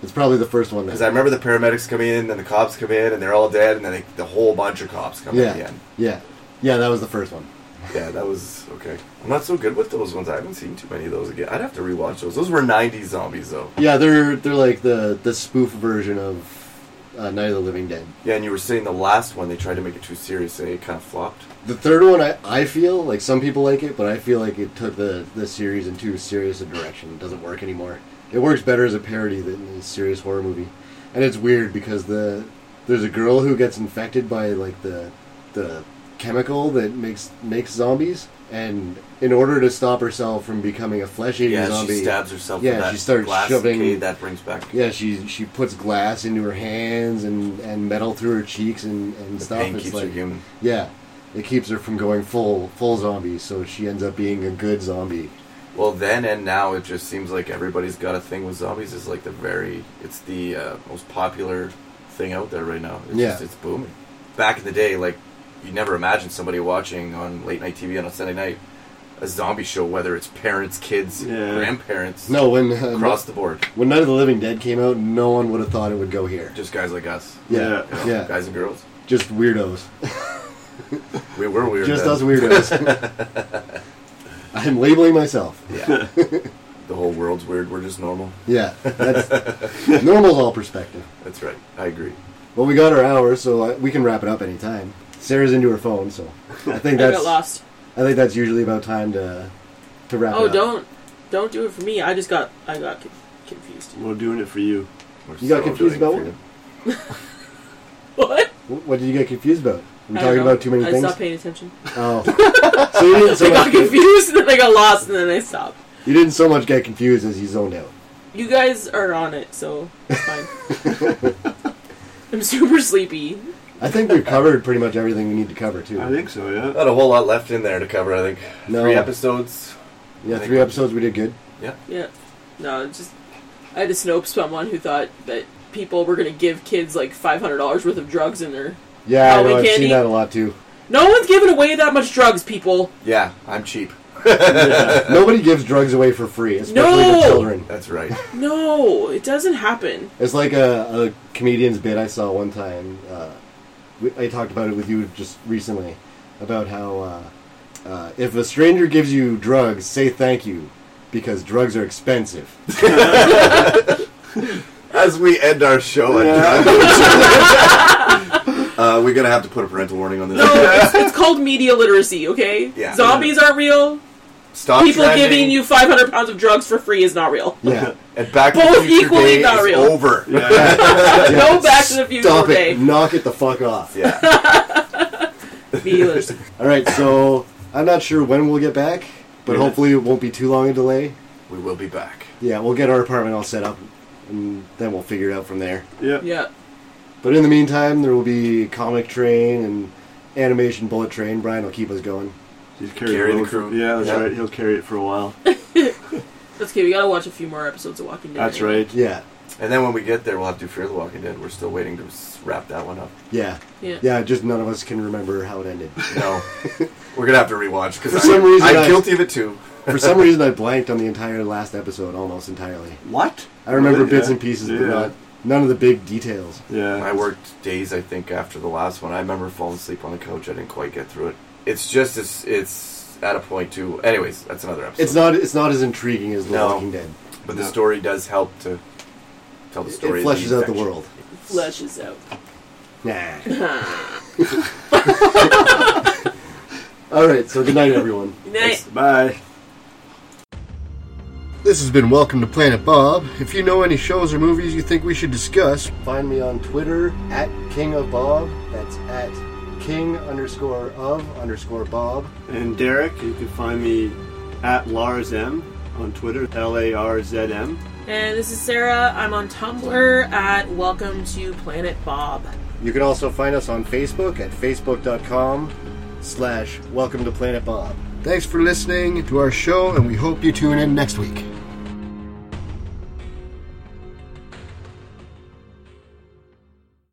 S1: it's probably the first one.
S4: Because I
S1: That,
S4: remember the paramedics come in and the cops come in and they're all dead and then they, the whole bunch of cops come in
S1: yeah,
S4: at the end.
S1: yeah, yeah. That was the first one.
S4: Yeah, that was okay. I'm not so good with those ones. I haven't seen too many of those again. I'd have to rewatch those. Those were '90s zombies, though.
S1: Yeah, they're they're like the the spoof version of uh, Night of the Living Dead.
S4: Yeah, and you were saying the last one they tried to make it too serious. They kind of flopped.
S1: The third one, I, I feel like some people like it, but I feel like it took the, the series in too serious a direction. It doesn't work anymore. It works better as a parody than a serious horror movie, and it's weird because the there's a girl who gets infected by like the the chemical that makes makes zombies, and in order to stop herself from becoming a flesh eating
S4: yeah,
S1: zombie,
S4: she stabs herself.
S1: Yeah,
S4: with that
S1: she starts
S4: glass
S1: shoving-
S4: Cade, that brings
S1: [LAUGHS]
S4: back.
S1: yeah, she she puts glass into her hands and, and metal through her cheeks and, and
S4: the
S1: stuff.
S4: pain
S1: It's
S4: keeps
S1: like-
S4: her human.
S1: yeah, it keeps her from going full full zombie, so she ends up being a good zombie.
S4: Well, then and now it just seems like everybody's got a thing with zombies. Is like the very it's the uh, most popular thing out there right now. It's
S1: Yeah.
S4: just, it's booming. Back in the day, like you never imagined somebody watching on late night TV on a Sunday night a zombie show, whether it's parents, kids,
S3: Yeah.
S4: grandparents,
S1: No, when uh,
S4: across the board,
S1: when Night of the Living Dead came out, no one would have thought it would go here.
S4: just guys like us,
S1: Yeah,
S4: you know,
S1: yeah,
S4: guys and girls.
S1: just weirdos,
S4: We were weird.
S1: just
S4: then.
S1: us weirdos.
S4: [LAUGHS]
S1: I'm labeling myself. [LAUGHS]
S4: Yeah. the whole world's weird. We're just normal.
S1: Yeah, that's normal's all perspective.
S4: That's right. I agree.
S1: Well, we got our hour, so I, we can wrap it up anytime. Sarah's into her phone, so I think
S2: [LAUGHS] I
S1: that's
S2: got lost.
S1: I think that's usually about time to to wrap.
S2: Oh,
S1: it up.
S2: don't don't do it for me. I just got I got con- confused. [LAUGHS]
S3: We're doing it for you.
S4: We're
S1: You got
S4: so
S1: confused
S4: doing
S1: about
S4: freedom.
S2: What?
S1: Wh- What did you get confused about? Are we
S2: I don't
S1: talking
S2: know.
S1: about too many
S2: I
S1: things?
S2: stopped paying attention.
S1: Oh.
S2: [LAUGHS]
S1: so you didn't so,
S2: I got
S1: much get,
S2: confused [LAUGHS] and then I got lost and then I stopped.
S1: you didn't so much get confused as you zoned out.
S2: You guys are on it, so it's fine. I'm super sleepy.
S1: I think we've covered pretty much everything we need to cover too.
S3: I think so, yeah.
S4: Not a whole lot left in there to cover. I think
S1: No.
S4: three episodes.
S1: Yeah,
S4: I think-
S1: three episodes we did good.
S4: Yeah,
S2: Yeah. No, it's just I had to snope someone who thought that people were gonna give kids like five hundred dollars worth of drugs in their
S1: Yeah, I
S2: Halloween
S1: know, I've
S2: candy.
S1: seen that a lot
S2: [LAUGHS]
S1: too.
S2: No one's giving away that much drugs, people.
S4: yeah. I'm cheap.
S1: Nobody gives drugs away for free, especially
S2: No!
S1: to children.
S4: That's right.
S2: No, it doesn't happen.
S1: It's like a, a comedian's bit I saw one time. Uh, we- I talked about it with you just recently about how uh, uh, if a stranger gives you drugs, say thank you because drugs are expensive.
S4: [LAUGHS]
S2: [LAUGHS]
S4: As we end our show, [LAUGHS] uh, we're gonna have to put a parental warning on this.
S2: No, it's, it's called media literacy, okay?
S4: Yeah.
S2: Zombies aren't real.
S4: Stop
S2: People
S4: trending,
S2: giving you 500 pounds of drugs for free is not real.
S1: Yeah.
S4: and back to
S2: both
S4: the future
S2: equally
S4: day
S2: not
S4: is
S2: real.
S4: over. [LAUGHS] [LAUGHS] Yeah.
S2: Go back to the future
S1: Stop it.
S2: day.
S1: Knock it the fuck off.
S2: [LAUGHS] Media literacy.
S1: All right, so I'm not sure when we'll get back, but
S3: Yeah.
S1: hopefully it won't be too long a delay.
S4: we will be back.
S1: Yeah, we'll get our apartment all set up, and then we'll figure it out from there.
S3: Yeah.
S2: Yeah.
S1: But in the meantime, there will be Comic Train and Animation Bullet Train. Brian will keep us going.
S3: He's carrying
S4: Carry the
S3: load.
S4: crew.
S3: Yeah, that's
S4: Yeah.
S3: right. He'll carry it for
S4: [LAUGHS]
S3: a while.
S2: That's okay. We gotta watch a few more episodes of Walking Dead.
S3: That's right.
S1: Yeah,
S4: And then when we get there, we'll have to do Fear the Walking Dead. We're still waiting to s- wrap that one up.
S1: yeah,
S2: Yeah.
S1: yeah. Just none of us can remember how it ended.
S4: [LAUGHS] No, we're gonna have to rewatch because
S1: For some reason
S4: I'm
S1: I-
S4: guilty of it too.
S1: For some reason, I blanked on the entire last episode almost entirely.
S3: What?
S1: I remember
S3: Really?
S1: bits
S3: Yeah.
S1: and pieces,
S3: yeah.
S1: but not none of the big details.
S3: Yeah.
S4: I worked days, I think, after the last one. I remember falling asleep on the couch. I didn't quite get through it. It's just it's, it's at a point too. Anyways, that's another episode.
S1: It's not. It's not as intriguing as The
S4: No.
S1: Walking Dead.
S4: But the
S3: Yeah.
S4: story does help to tell the
S1: It
S4: story. of
S1: fleshes out the
S4: infection.
S1: world.
S2: Fleshes out.
S1: Nah. [LAUGHS] All right, so good night, everyone.
S2: Good night.
S3: Bye.
S1: This has been Welcome to Planet Bob. If you know any shows or movies you think we should discuss, find me on Twitter at King of Bob. That's at King underscore of underscore Bob.
S3: And Derek, you can find me at Lars M on Twitter, L A R Z M.
S2: And this is Sarah. I'm on Tumblr at Welcome to Planet Bob.
S1: You can also find us on Facebook at facebook.com slash welcome to Planet Bob. Thanks for listening to our show, and we hope you tune in next week.